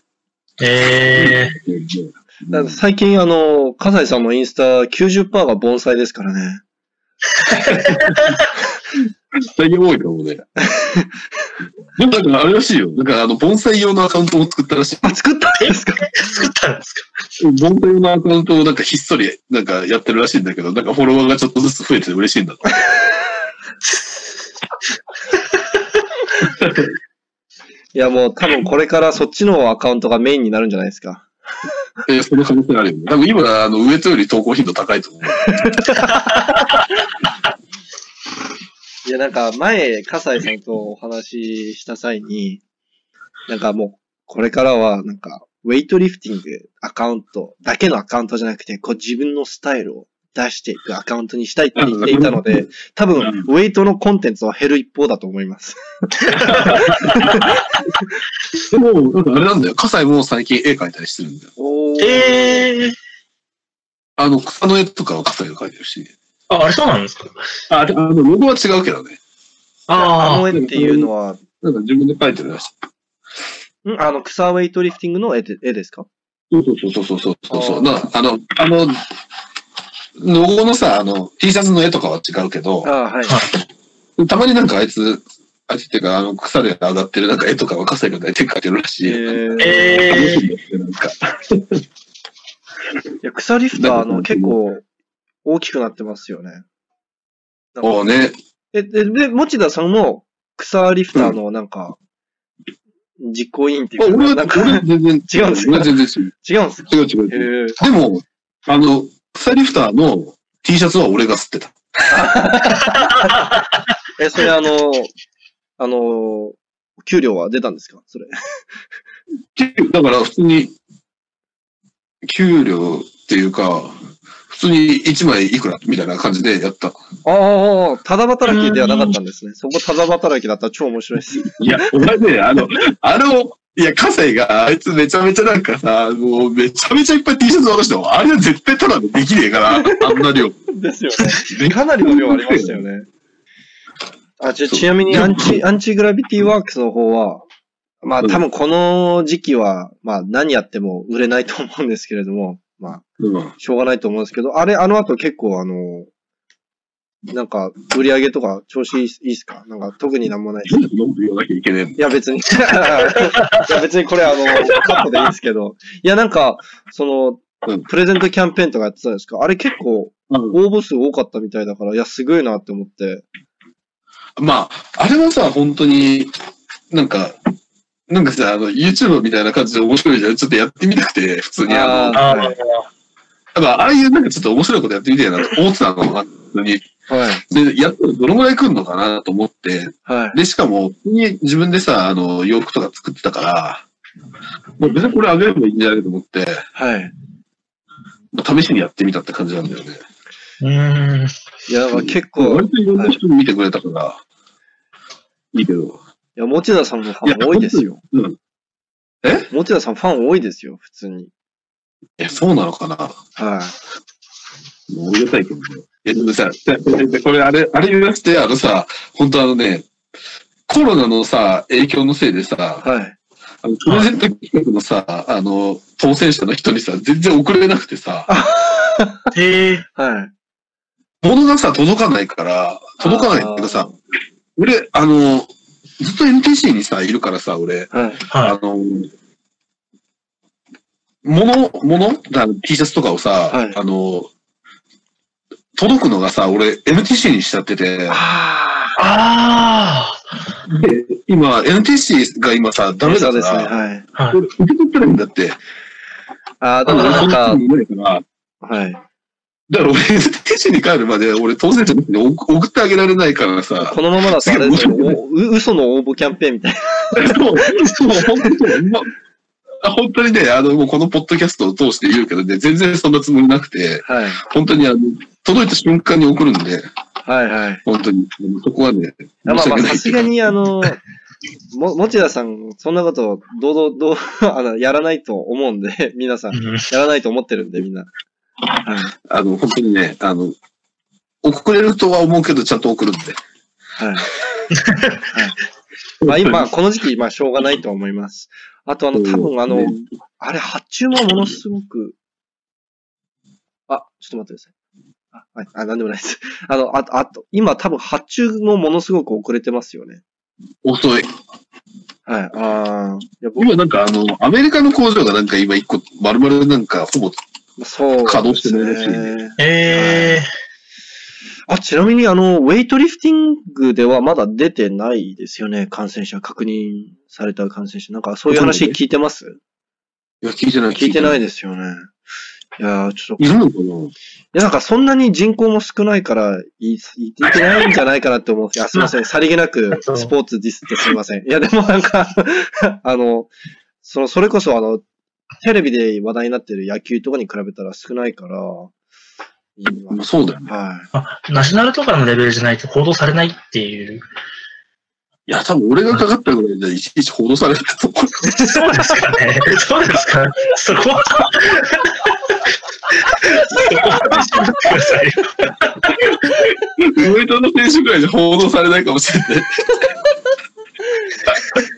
ええだから最近あの、笠井さんのインスタ90%が盆栽ですからね。最近多いかもね。でもなんかあれらしいよ。なんかあの、盆栽用のアカウントを作ったらしい。あ、作ったんですか作ったんですか盆栽用のアカウントをなんかひっそりなんかやってるらしいんだけど、なんかフォロワーがちょっとずつ増えて嬉しいんだって。いや、もう多分これからそっちのアカウントがメインになるんじゃないですか。えーその可能性あるよね。多分今、あの、上とより投稿頻度高いと思う。いや、なんか前、笠井さんとお話しした際に、なんかもう、これからは、なんか、ウェイトリフティングアカウントだけのアカウントじゃなくて、こう自分のスタイルを出していくアカウントにしたいって言っていたので、多分、ウェイトのコンテンツは減る一方だと思います。でも、なんかあれなんだよ。葛西も最近絵描いたりしてるんだよ。おええー、あの、草の絵とかは葛西が描いてるし。あ、あれそうなんですかあ、であの、ロゴは違うけどね。ああのあ、絵っていうのは、なんか自分で描いてるらしい。んあの、草ウェイトリフティングの絵で絵ですかそうそうそうそうそうそうそあう。ーなあの、あの、ロゴのさ、あの、T シャツの絵とかは違うけどあ、あ、はい。たまになんかあいつ、あいつっていうか、あの、草で上がってるなんか絵とかは笠井が大体描いてるらしえい。ー、い楽えしいんだえってなんか。や草リフターの結構大きくなってますよね。なんかもうね、え、で、で、持田さんも、草リフターの、なんか、実行委員っていうあか、俺は、なん俺はか、全然、違うん違うんですか俺は全然違う。違うんですか違う違う違へう。え。でも、あの、草リフターの T シャツは俺が吸ってた。え、それあの、あの、給料は出たんですかそれ。給だから普通に、給料っていうか、普通に1枚いくらみたいな感じでやった。ああ、ただ働きではなかったんですね。そこただ働きだったら超面白いです。いや、お前ね、あの、あの、いや、カセが、あいつめちゃめちゃなんかさ、もうめちゃめちゃいっぱい T シャツ渡しても、あれは絶対ただでできねえから、あんな量。ですよね。 かなりの量ありましたよね。あ、ち、ちなみにアンチ、アンチグラビティワークスの方は、まあうん多分この時期は、まあ何やっても売れないと思うんですけれども、まあ、うん。しょうがないと思うんですけど、あれ、あの後結構あの、なんか、売り上げとか調子いいっすいいっすかなんか、特になんもないです。変な文句言わなきゃいけねえの。いや、別に。 いや、別にこれ、あの、カットでいいですけど。いや、なんか、その、うんプレゼントキャンペーンとかやってたんですかあれ結構、うん応募数多かったみたいだから、いや、すごいなって思って。まあ、あれはさ、本当に、なんか、なんかさ、あの、YouTube みたいな感じで面白いじゃん。ちょっとやってみたくて、普通に。あの、ああ、はい。なんかああいうなんかちょっと面白いことやってみたいなと思ってたの、普通に。はい。で、やったらどのぐらい来るのかなと思って、はい。で、しかも、普通に自分でさ、あの、洋服とか作ってたから、もう別にこれあげればいいんじゃないかと思って、はい。まあ試しにやってみたって感じなんだよね。うーん。いや、だから結構、い割といろんな人に見てくれたから、い、いけど。や、持田さんのファン多いですよ。本当に。うん。え持田さんファン多いですよ、普通に。え、そうなのかなはもう、うるさいけどね。え、でもさ、じゃあこれあれ、あれ言わせて、あのさ、本当あのね、コロナのさ、影響のせいでさい。、はい。あのプレゼント企画のさ、あの、当選者の人にさ、全然送れなくてさ、ええはい。物がさ、届かないから、届かないっていうかさ、俺、あの、ずっと NTC にさ、いるからさ、俺、はい。あはの、物、物だ ?T シャツとかをさ、はいあの、届くのがさ、俺、NTC にしちゃってて、あい。あで今、NTC が今さ、あ、ダメだそうかですね。ら、はい。あ、はい。俺、受け取ってないんだって。ああ、でだもから、なそんのか人、に言われたら、はい。だから俺、NTC に帰るまで、俺、当選者の人に送送ってあげられないからさ、このままだとあれですよね。おう嘘の応募キャンペーンみたいな。そう、そう、本当にそうもうあ本当にね、あの、もうこのポッドキャストを通して言うけどね、全然そんなつもりなくて、はい。本当にあの、届いた瞬間に送るんで、はいはい。本当に、そこはね、まあ申しまあ、訳ないさすがに、あの、も、持田さん、そんなことを、堂々、どう、 あの、やらないと思うんで、皆さん、うんやらないと思ってるんで、みんな。はい。あの、本当にね、あの、送れるとは思うけど、ちゃんと送るんで。 はい。まあ今、この時期、まあしょうがないと思います。あとあの、多分あの、あれ、発注もものすごく、あ、ちょっと待ってください。あ、はい、あ、なんでもないです。 あの、あと、あと、今多分発注もものすごく遅れてますよね。遅い。はい。ああ、いや、僕、今なんかあの、アメリカの工場がなんか今一個、丸々なんかほぼ、そう、稼働してないらしいねね。ええあ、ちなみにあの、ウェイトリフティングではまだ出てないですよね、感染者、確認された感染者。なんかそういう話聞いてますいや、聞いてない。聞いてないい。ですよね。いやー、ちょっと、いいるのかなやなんかそんなに人口も少ないから、いい、いいけないんじゃないかなって思う。いや、すいません。さりげなくそうスポーツディスってすいません。いや、でもなんか、 あの、その、それこそあの、テレビで話題になってる野球とかに比べたら少ないから、いいわまあそうだよね。はい。ナショナルとかのレベルじゃないと報道されないっていう。いや、多分俺がかかったぐらいじゃいちいち報道されると思う。そうですかね。そうですか。そこは。そこは話し合ってくださいよ。上田の選手ぐらいじゃ報道されないかもしれない。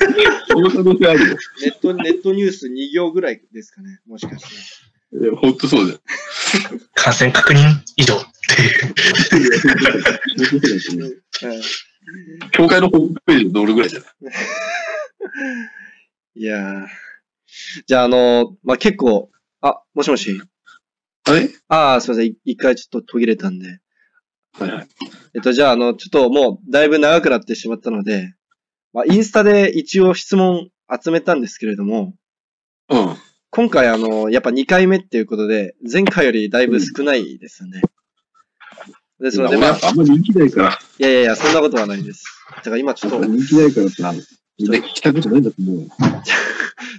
その可能性あるよネット、ネットニュース2行ぐらいですかね、もしかして。。いや、ほんとそうだよ。感染確認以上っていう。協会のホームページに載るぐらいじゃないいやーじゃあ、あの、まあ、結構、あ、もしもし。あれああ、すいません。い一回ちょっと途切れたんで。はいはい。えっと、じゃあ、あの、ちょっともう、だいぶ長くなってしまったので、まあ、インスタで一応質問集めたんですけれども、うん。今回、あの、やっぱ2回目っていうことで、前回よりだいぶ少ないですね。ですので、俺まはあ、あんまり人気ないから、いやいやいや、そんなことはないです。だから今ちょっと、人気ないからさ、みんな聞きたことないんだと思うよ。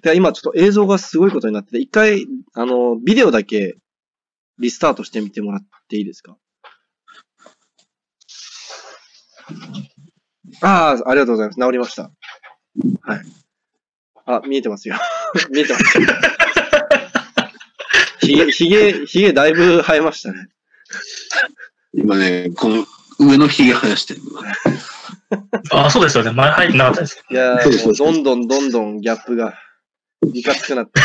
で、今ちょっと映像がすごいことになってて、一回、あの、ビデオだけリスタートしてみてもらっていいですかああ、ありがとうございます。治りました。はい。あ、見えてますよ。 見えてます。ひげ、ひげ、ひげだいぶ生えましたね。今ね、この上のひげ生やしてるのが。あ、そうですよね。前入ってなかったです。いやそうー、そうもうどんどんどんどんギャップが、いかつくなって。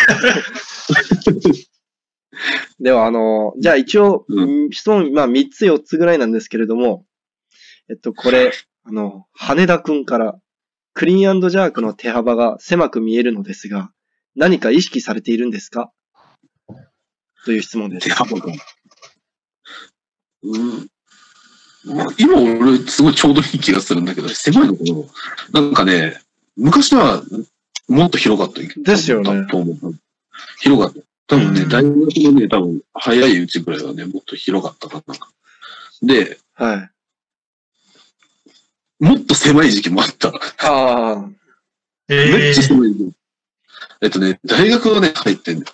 では、あの、じゃあ一応、う質問、まあ3つ4つぐらいなんですけれども、えっと、これ、あの、羽田くんから、クリーンジャークの手幅が狭く見えるのですが、何か意識されているんですかという質問です手。幅が。うん。まあ今俺、すごいちょうどいい気がするんだけど、狭いのかななんかね、昔はもっと広かったけどですよねだと思う広かった。多分ね、うん大学のね、多分、早いうちぐらいはね、もっと広かったかな。で、はい。もっと狭い時期もあった。あめえっちゃ狭い時期。えっとね、大学はね、入って、1、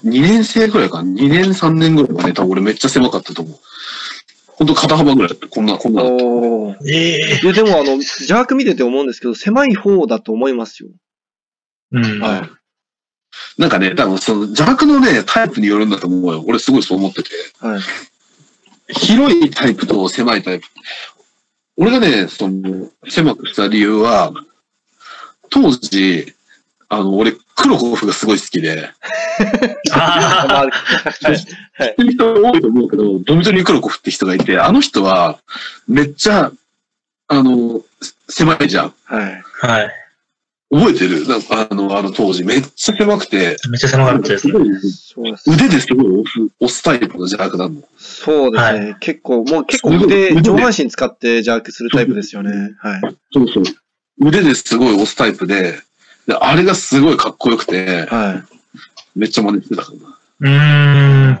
2年生ぐらいかな、2年、3年ぐらいはね、多分俺めっちゃ狭かったと思う。ほんと肩幅ぐらいだった。こんな、こんあ、な。おー。ー、えいや、でもあの、邪悪見てて思うんですけど、狭い方だと思いますよ。ー、うん。はいい。なんかね、多分その邪悪のね、タイプによるんだと思うよ。俺すごいそう思ってて。はい。広いタイプと狭いタイプ。俺がね、その、狭くした理由は、当時、あの、俺、クロコフがすごい好きで、あまあ、知ってる人多いと思うけど、ドミトリー・クロコフって人がいて、あの人は、めっちゃ、あの、狭いじゃん。はい。あ、はい。覚えてるなんかあの、あの当時、めっちゃ狭くて、めっちゃ狭かったですすね。ごいそうです。腕ですごい押す押すタイプの邪悪なの。そうですね。結構、もう結構腕すごい上半身使って邪悪するタイプですよね。はい。そうそう。腕ですごい押すタイプで、であれがすごいかっこよくて、はめっちゃ真似してたからな。うーん。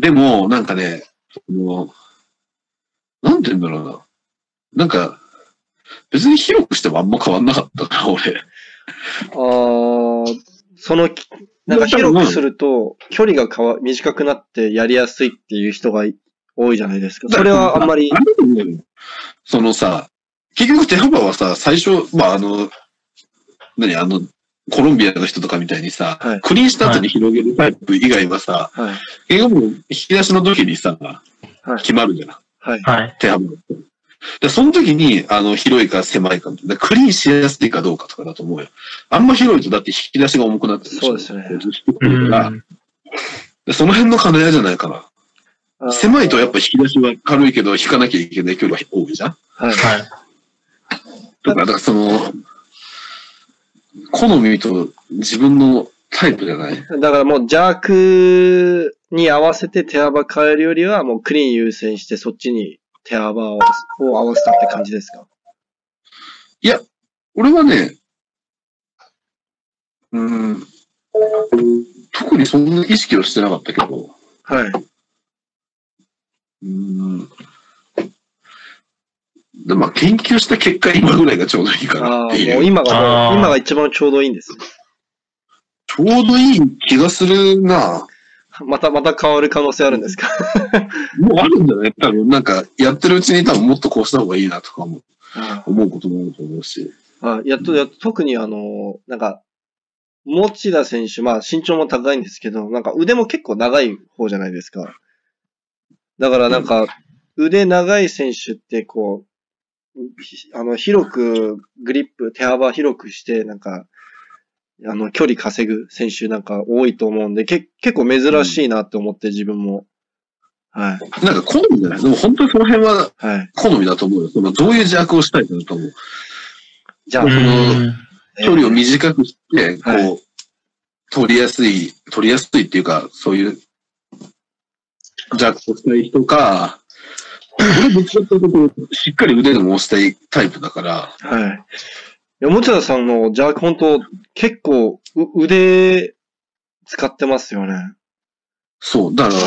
でも、なんかね、その、なんて言うんだろうな。なんか、別に広くしてもあんま変わんなかったから、俺。い。あーそのき、なんか広くすると、距離が変わ、短くなってやりやすいっていう人がい多いじゃないですか。それはあんまり、なんて言うんだろうそのさ、結局手幅はさ、最初、まあ、あの、何、あの、コロンビアの人とかみたいにさ、はいクリーンした後に広げるタイプ以外はさ、はい。結局もう引き出しの時にさ、い決まるじゃん。はい。はい。手幅ってで、その時に、あの、広いか狭いかみたいな、クリーンしやすいかどうかとかだと思うよ。あんま広いとだって引き出しが重くなってそうですねこずっとくうるからん。でその辺の兼ね合いじゃないかな。あー狭いとやっぱ引き出しは軽いけど、引かなきゃいけない距離は多いじゃんはい。はい。とか、だからその、好みと自分のタイプじゃないだからもう邪悪に合わせて手幅変えるよりは、もうクリーン優先してそっちに手幅をを合わせたって感じですか俺はね、うん、特にそんな意識をしてなかったけど、はい。うん、でまあ研究した結果今ぐらいがちょうどいいかあなあ、っもていうう。今がもあう、ー今が一番ちょうどいいんですね。ちょうどいい気がするなまた、また変わる可能性あるんですかもうあるんだよね。多分なんかやってるうちに多分もっとこうした方がいいなとかもあ思うこともあると思うし。あやっと、やっと、特にあの、なんか、持田選手、まあ身長も高いんですけど、なんか腕も結構長い方じゃないですか。だからなんか、腕長い選手ってこう、ひあの、広く、グリップ、手幅広くして、なんか、あの、距離稼ぐ選手なんか多いと思うんで、け結構珍しいなって思って自分も。はい。なんか好みじゃないでも本当にその辺ははい。好みだと思うよ。そのどういう自悪をしたいかだと思う。じゃあ、うそのん。距離を短くして、こう、は取りやすい、取りやすいっていうか、そういう、弱くしたい人か、俺どっちかっていうと、しっかり腕でも押したいタイプだから、はい。山田さんの邪悪、本当結構う、腕、使ってますよね。はそう、だかいら、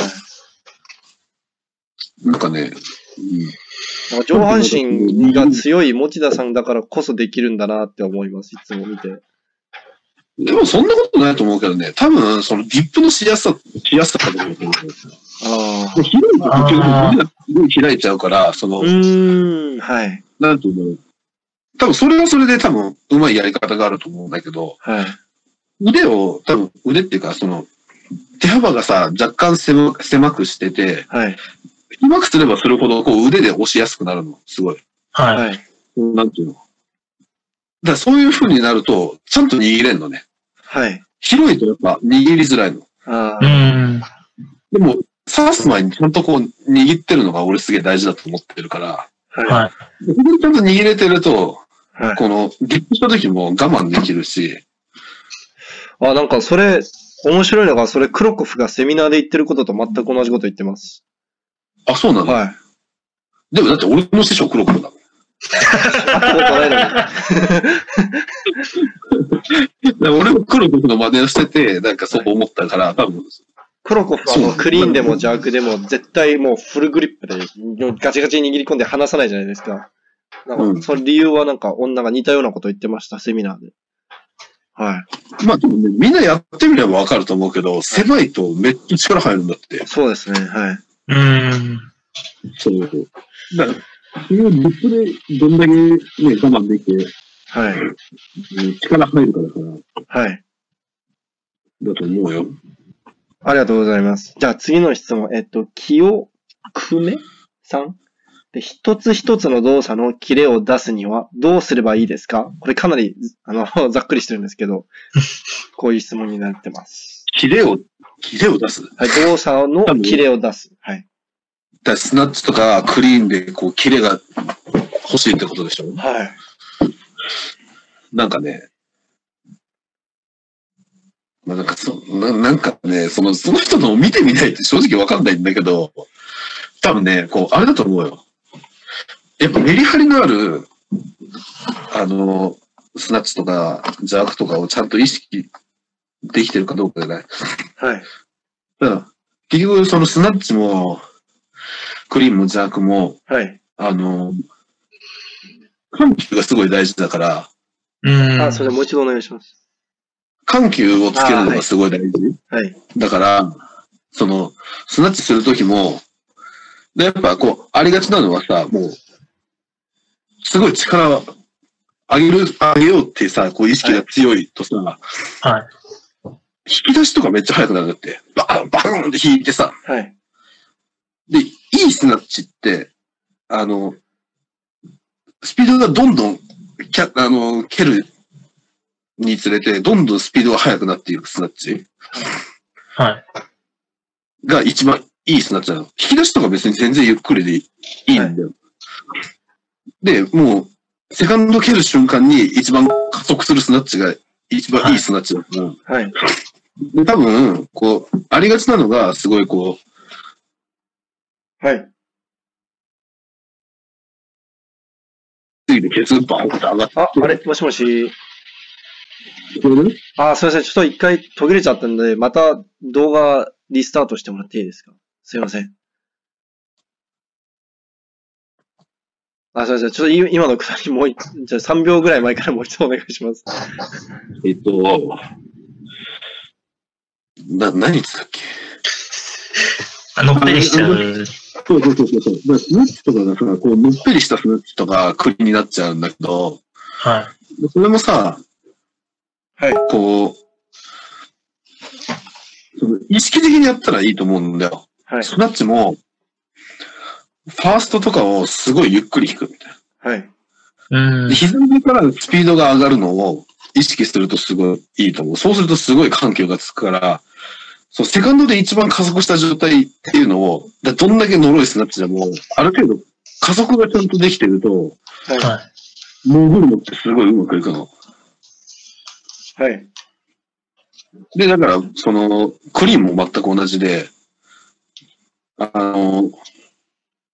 なんかね、なんか上半身が強い持田さんだからこそできるんだなって思います、いつも見て。でもそんなことないと思うけどね、多分、そのディップのしやすさ、しやすさだと思うけど、ああ。広いと結局、胸がすごい開いちゃうから、その、うーん、はい。なんていうの、多分それはそれで多分、うまいやり方があると思うんだけど、はい。腕を、多分、腕っていうか、その、手幅がさ、若干狭狭くしてて、はい。狭くすればするほど、こう、腕で押しやすくなるの、すごい。はい。はい。なんていうの。だからそういう風になると、ちゃんと握れんのね。はい。広いとやっぱ握りづらいの。ああ。うん。でも、刺す前にちゃんとこう握ってるのが俺すげえ大事だと思ってるから、はい。はい。ここでちゃんと握れてると、はい。このディップした時も我慢できるし、あ、なんかそれ、面白いのが、それクロコフがセミナーで言ってることと全く同じこと言ってます。あ、そうなんだ。はい。でもだって俺の師匠黒子だ もん。あったことないのに。だから俺も黒子の真似をしてて、なんかそう思ったから、多分、クロコフはあそうのなんだクリーンでも邪悪でも絶対もうフルグリップでガチガチに握り込んで離さないじゃないですか。なうんかんその理由はなんか女が似たようなこと言ってました、セミナーで。はい。まあでもね、みんなやってみればわかると思うけど、狭いとめっちゃ力入るんだって。そうですね、はい。うん。そういうこと。だから、それをディップでどんだけね、我慢できて、はい。うん力入るからかな、はい。だと思うよ。ありがとうございます。じゃあ次の質問、えっと、清久めさんで、一つ一つの動作のキレを出すにはどうすればいいですかこれかなり、あの、 ざっくりしてるんですけど、こういう質問になってます。キレを、キレを出す。はい、動作のキレを出す。はい。だからスナッチとかクリーンで、こう、キレが欲しいってことでしょはい。なんかね、まあ、なんかそな、なんかね、その、その人のを見てみないって正直わかんないんだけど、多分ね、こう、あれだと思うよ。やっぱメリハリのある、あの、スナッチとか、ジャークとかをちゃんと意識できてるかどうかじゃないはい。だから結局、そのスナッチも、クリーンもジャークも、はい。あの、緩急がすごい大事だから、うん。あ、それもう一度お願いします。緩急をつけるのがすごい大事。はい。だから、その、スナッチするときも、でやっぱこう、ありがちなのはさ、もう、すごい力を上げる、上げようってさ、こう意識が強いとさ、はい。引き出しとかめっちゃ速くなるんだって。バーン、バーンって引いてさ、はい。で、いいスナッチって、あの、スピードがどんどん、キャあの、蹴るにつれて、どんどんスピードが速くなっていくスナッチはい。が一番いいスナッチなの。引き出しとか別に全然ゆっくりでいいんだよ。で、もう、セカンド蹴る瞬間に一番加速するスナッチが一番いいスナッチだから、はい。で、多分、こう、ありがちなのが、すごいこう、はい。ついでケツバーンって上がって。あ、あれもしもし。これねあ、すいません。ちょっと一回途切れちゃったんで、また動画リスタートしてもらっていいですかすいません。あ、すいません。ちょっと今今のくだりもう一、じゃあ3秒ぐらい前からもう一度お願いします。えっと、な、何言ってたっけあのっぺりしちゃう。そうそうそうそう。だスナッチとかがさ、こう、のっぺりしたスナッチとか、クリになっちゃうんだけど、はい。それもさ、はい。こう、その意識的にやったらいいと思うんだよ。はい。スナッチも、ファーストとかをすごいゆっくり引くみたいはい。うんな。で、。膝上からスピードが上がるのを意識するとすごいいいと思う。そうするとすごい緩急がつくから、そう、セカンドで一番加速した状態っていうのを、だどんだけ呪いスナッチでも、ある程度加速がちゃんとできてると、はい。は潜るのってすごいうまくいくの。はい。で、だから、その、クリーンも全く同じで、あの、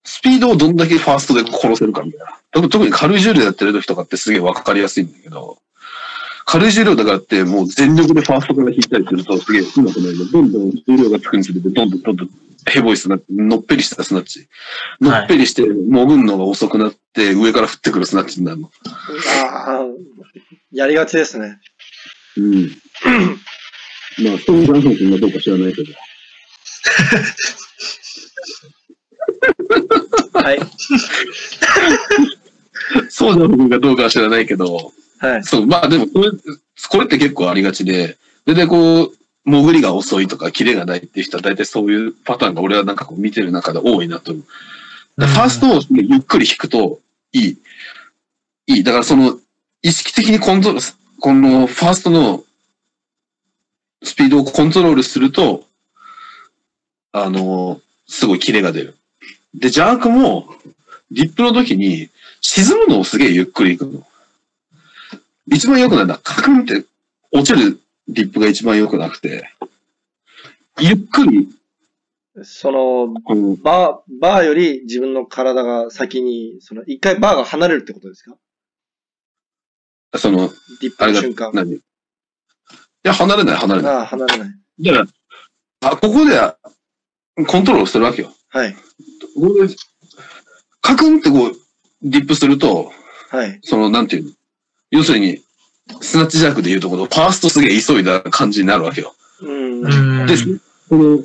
スピードをどんだけファーストで殺せるかみたいな。特特に軽い重量やってる時とかってすげえわかりやすいんだけど、軽い重量だからってもう全力でファーストから引いたりするとすげえうまくなるけど、どんどん重量がつくにつれて、どんどんどんどんヘボいスナッチ、のっぺりしたスナッチ。のっぺりして潜るのが遅くなって、上から降ってくるスナッチになるの。ああ、やりがちですね。うん。まあ、トム・ブランソン君がどうか知らないけど。はい。そうなの君がどうかは知らないけど。はい。そう、まあでもこれ、これって結構ありがちで、ででこう、潜りが遅いとか、キレがないっていう人は大体そういうパターンが俺はなんかこう見てる中で多いなと思う。だからファーストをゆっくり引くといい。いい。だからその、意識的にコントロールす、このファーストのスピードをコントロールすると、あの、すごいキレが出る。で、ジャークも、リップの時に、沈むのをすげえゆっくり行くの。一番良くないんだ。カクンって落ちるリップが一番良くなくて、ゆっくり、その、この、バー、バーより自分の体が先に、その、一回バーが離れるってことですかその、リップあれのが瞬間。何いや、離れない、離れない。ああ、離れない。だから、あ、ここで、コントロールするわけよ。はい。ここで、カクンってこう、リップすると、はい。その、なんていうの要するに、スナッチジャークで言うとこの、ファーストすげえ急いだ感じになるわけよ。うん。うん。で、この、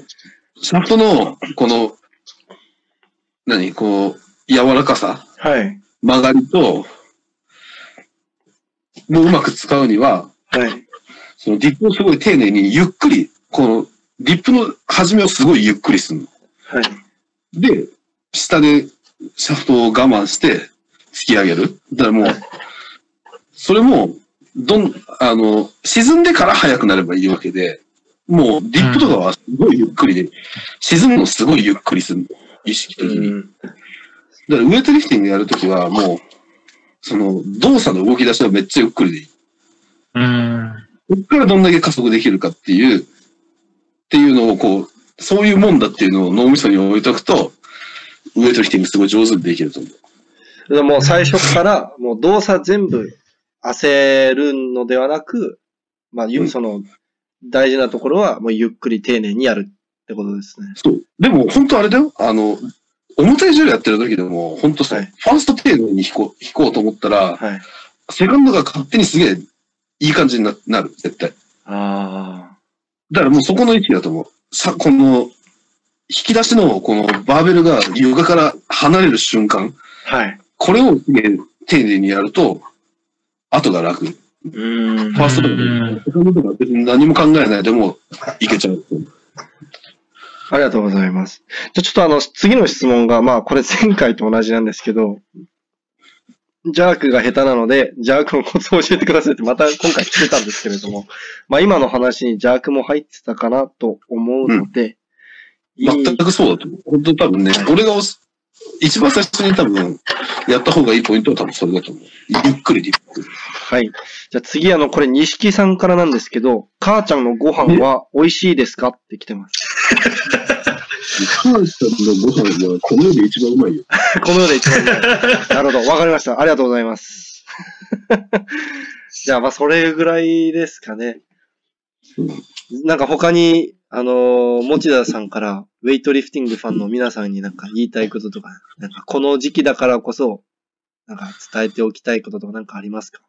シャフトの、この、何こう、柔らかさはい。曲がりと、もううまく使うには、はい。そのリップをすごい丁寧に、ゆっくり、この、リップの始めをすごいゆっくりするの。はい。で、下でシャフトを我慢して突き上げる。だからもう、それも、どん、あの、沈んでから速くなればいいわけで、もう、リップとかはすごいゆっくりで、沈むのすごいゆっくりするの。意識的に。うん。だから、ウエイトリフティングやるときは、もう、その、動作の動き出しはめっちゃゆっくりでいい。うん。こっからどんだけ加速できるかっていう、っていうのをこう、そういうもんだっていうのを脳みそに置いとくと、ウエイトリフティングすごい上手にできると思う。でもう最初から、もう動作全部焦るのではなく、まあ、ゆうんその、大事なところは、もうゆっくり丁寧にやるってことですね。そう。でも、本当あれだよ。あの、表重量やってる時でも、本当さ、はいファースト程度に引こう、引こうと思ったら、はい。セカンドが勝手にすげえ、いい感じにななる、絶対。あだからもうそこの位置だと思う。さ、この、引き出しの、このバーベルが床から離れる瞬間、あ。はい。これをすげえ丁寧にやると、後が楽。フうん。ァーストとかうんも、セカンドとか別に何も考えないでも、いけちゃう。ありがとうございます。じゃあちょっとあの、次の質問が、まあこれ前回と同じなんですけど、ジャークが下手なので、ジャークのコツを教えてくださいってまた今回来てたんですけれども、まあ今の話にジャークも入ってたかなと思うので、いい全くそうだと思う。本当に多分ねはい、俺がおす一番最初に多分、やった方がいいポイントは多分それだと思う。ゆっくりリップ。はい。じゃあ次あの、これ錦さんからなんですけど、母ちゃんのご飯は美味しいですかって来てます。母さんのご飯はこの世で一番うまいよ。この世で一番うまい。なるほど。わかりました。ありがとうござい ます。じゃあまあそれぐらいですかね。なんか他に、あのー持田さんから、ウェイトリフティングファンの皆さんになんか言いたいこととか、なんかこの時期だからこそ、なんか伝えておきたいこととかなんかありますか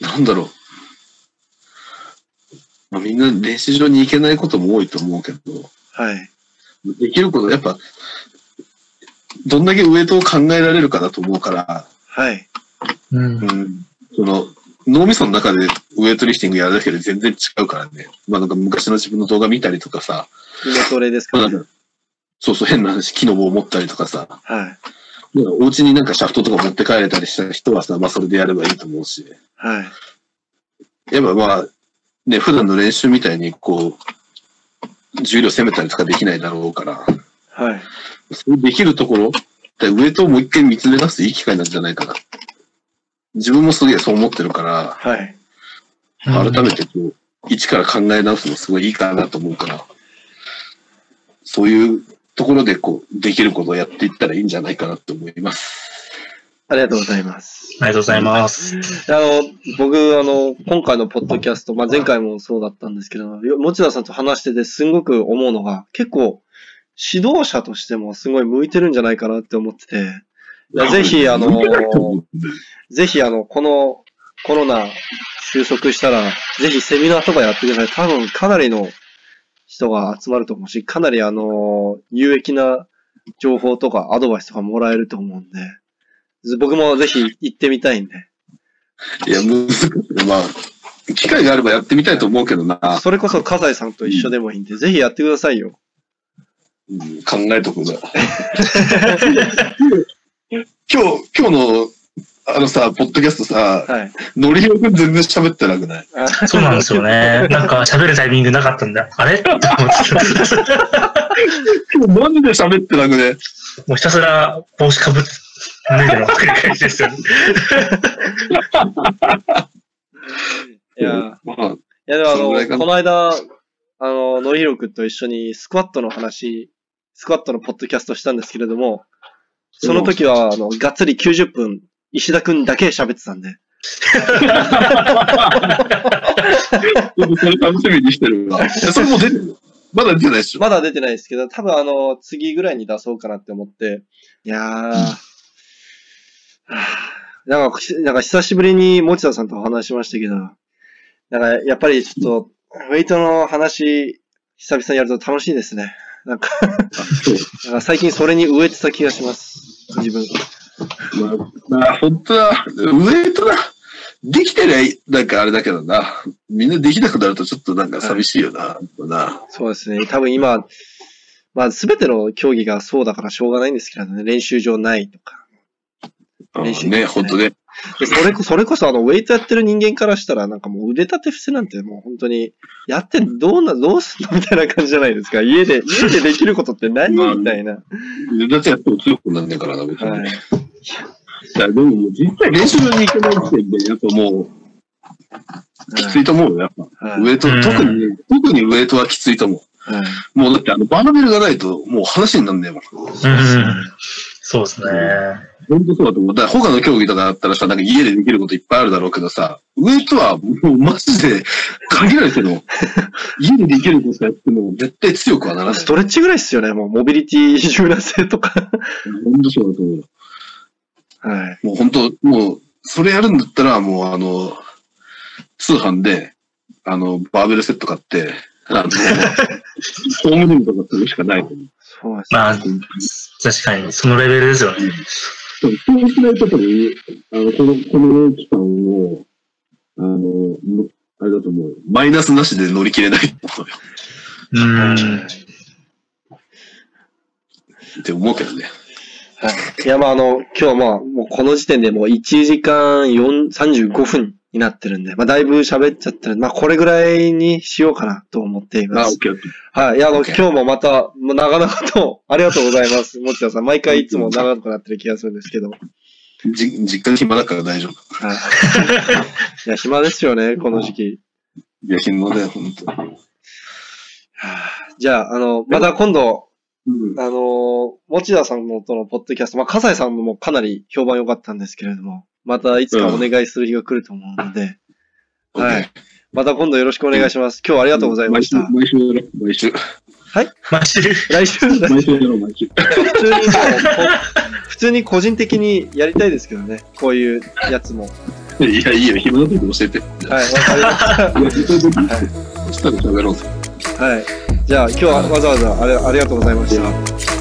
なんだろう。まあ、みんな練習場に行けないことも多いと思うけど、はい。できること、やっぱ、どんだけウエイトを考えられるかだと思うから、はい。うん。うんその、脳みその中でウエイトリフティングやるだけで全然違うからね。まあなんか昔の自分の動画見たりとかさ、筋トレですまかあね。なんかそうそう、変な話、木の棒持ったりとかさ、はい。なんかお家になんかシャフトとか持って帰れたりした人はさ、まあそれでやればいいと思うし、はい。やっぱまあ、ね、普段の練習みたいにこう、重量攻めたりとかできないだろうから、はい。そうできるところ、でウエイトをもう一回見つめ出すいい機会なんじゃないかな。自分もすげえそう思ってるから、はい。改めてこう、一から考え直すのすごいいいかなと思うから、そういうところでこう、できることをやっていったらいいんじゃないかなと思います。ありがとうございます。ありがとうございます。あの、僕、あの、今回のポッドキャスト、まあ、前回もそうだったんですけど、よ持田さんと話しててすんごく思うのが、結構、指導者としてもすごい向いてるんじゃないかなって思ってて、いやぜひ、あの、ぜひ、あの、このコロナ収束したら、ぜひセミナーとかやってください。多分かなりの人が集まると思うし、かなりあの、有益な情報とかアドバイスとかもらえると思うんで、ず僕もぜひ行ってみたいんで。いや、難しい。まあ、機会があればやってみたいと思うけどな。それこそ、笠井さんと一緒でもいいんで、ぜひやってくださいよ。うん考えとくが。 今日、今日の、あのさ、ポッドキャストさ、 はい。ノリオくん全然喋ってなくないそうなんですよね。 なんか喋るタイミングなかったんだ。あれって 思ってた。今日マジで喋ってなくねもうひたすら帽子かぶって、脱いでの繰り返しですよね。いや、まあ、いやでもあそのぐらいかなの、この間、あの、のりひろくんと一緒にスクワットの話、スクワットのポッドキャストしたんですけれども、その時は、あの、がっつり90分、石田くんだけ喋ってたんで。ちょっとそれ楽しみにしてるわ。いや それもう出てる。まだ出てないでしょ。まだ出てないですけど、多分あの、次ぐらいに出そうかなって思って。いやー。はぁなんか、しなんか久しぶりに持田さんとお話しましたけど、なんかやっぱりちょっと、ウェイトの話、久々にやると楽しいですね。なんかなんか最近それに植えてた気がします。自分。まあ、まあ、本当だ。ウエイトだ。できてりゃいい、なんかあれだけどな。みんなできなくなるとちょっとなんか寂しいよな。なそうですね。多分今、まあ全ての競技がそうだからしょうがないんですけどね。練習場ないとか。うん練習ね、本当ね。でそれこ、それこそあの、ウェイトやってる人間からしたら、なんかもう腕立て伏せなんてもう本当に、やってどうな、どうすんのみたいな感じじゃないですか。家で、家でできることって何まあみたいな。だってやっても強くなんねえからな、別に。はい。いやでももう実際練習場に行けない時点で、やっぱもうきついと思うよ、やっぱ。はい。ウはいエイト、うん特に、特にウエイトはきついと思。はいうもうだってあのバーベルがないともう話になんねえもん。うんうんそうですね。本当そうだと思う。だから他の競技とかだったらさ、なんか家でできることいっぱいあるだろうけどさ、ウエイトはもうマジで限られてるの。家でできることやっても絶対強くはならないス。トレッチぐらいっすよね。もう、モビリティ柔軟性とか。本当そうだと思う。はい。もう本当、もう、それやるんだったら、もうあの、通販で、あの、バーベルセット買って、あの、ホームジムとかするしかないと思う。そうですね。まあ、確かに、そのレベルですよね。そうそうしないと多分、あの、この、この期間を、あの、のあれだと思う。マイナスなしで乗り切れないと思うようん。って思うけどね。はい。いや、まあ、あの、今日まあ、もうこの時点でもう1時間4 35分になってるんで、まあ、だいぶ喋っちゃってる。まあ、これぐらいにしようかなと思っています。ケー。はい。いや、あの、 OK 今日もまた、もう長々と、 ありがとうございます。持田さん、毎回いつも長くなってる気がするんですけど。はい。じ実家暇だから大丈夫。いや、暇ですよね、この時期。いや、暇だよ、本当。じゃあ、あの、また今度、うん。あの、持田さんのとのポッドキャスト、まあ、笠井さんもかなり評判良かったんですけれども、またいつかお願いする日が来ると思うので、はい。また今度よろしくお願いします。今日はありあがとうございました。毎週やろう、毎 週。毎週、来週、来週毎週やろう、毎週。普通にもうこ普通に個人的にやりたいですけどね、こういうやつも。いや、いいよ、暇な時教えて。はい、わかりました。いや、そういう時そしたら喋ろうぜ。はい。じゃあ、今日はわざわざあれありがとうございました。いや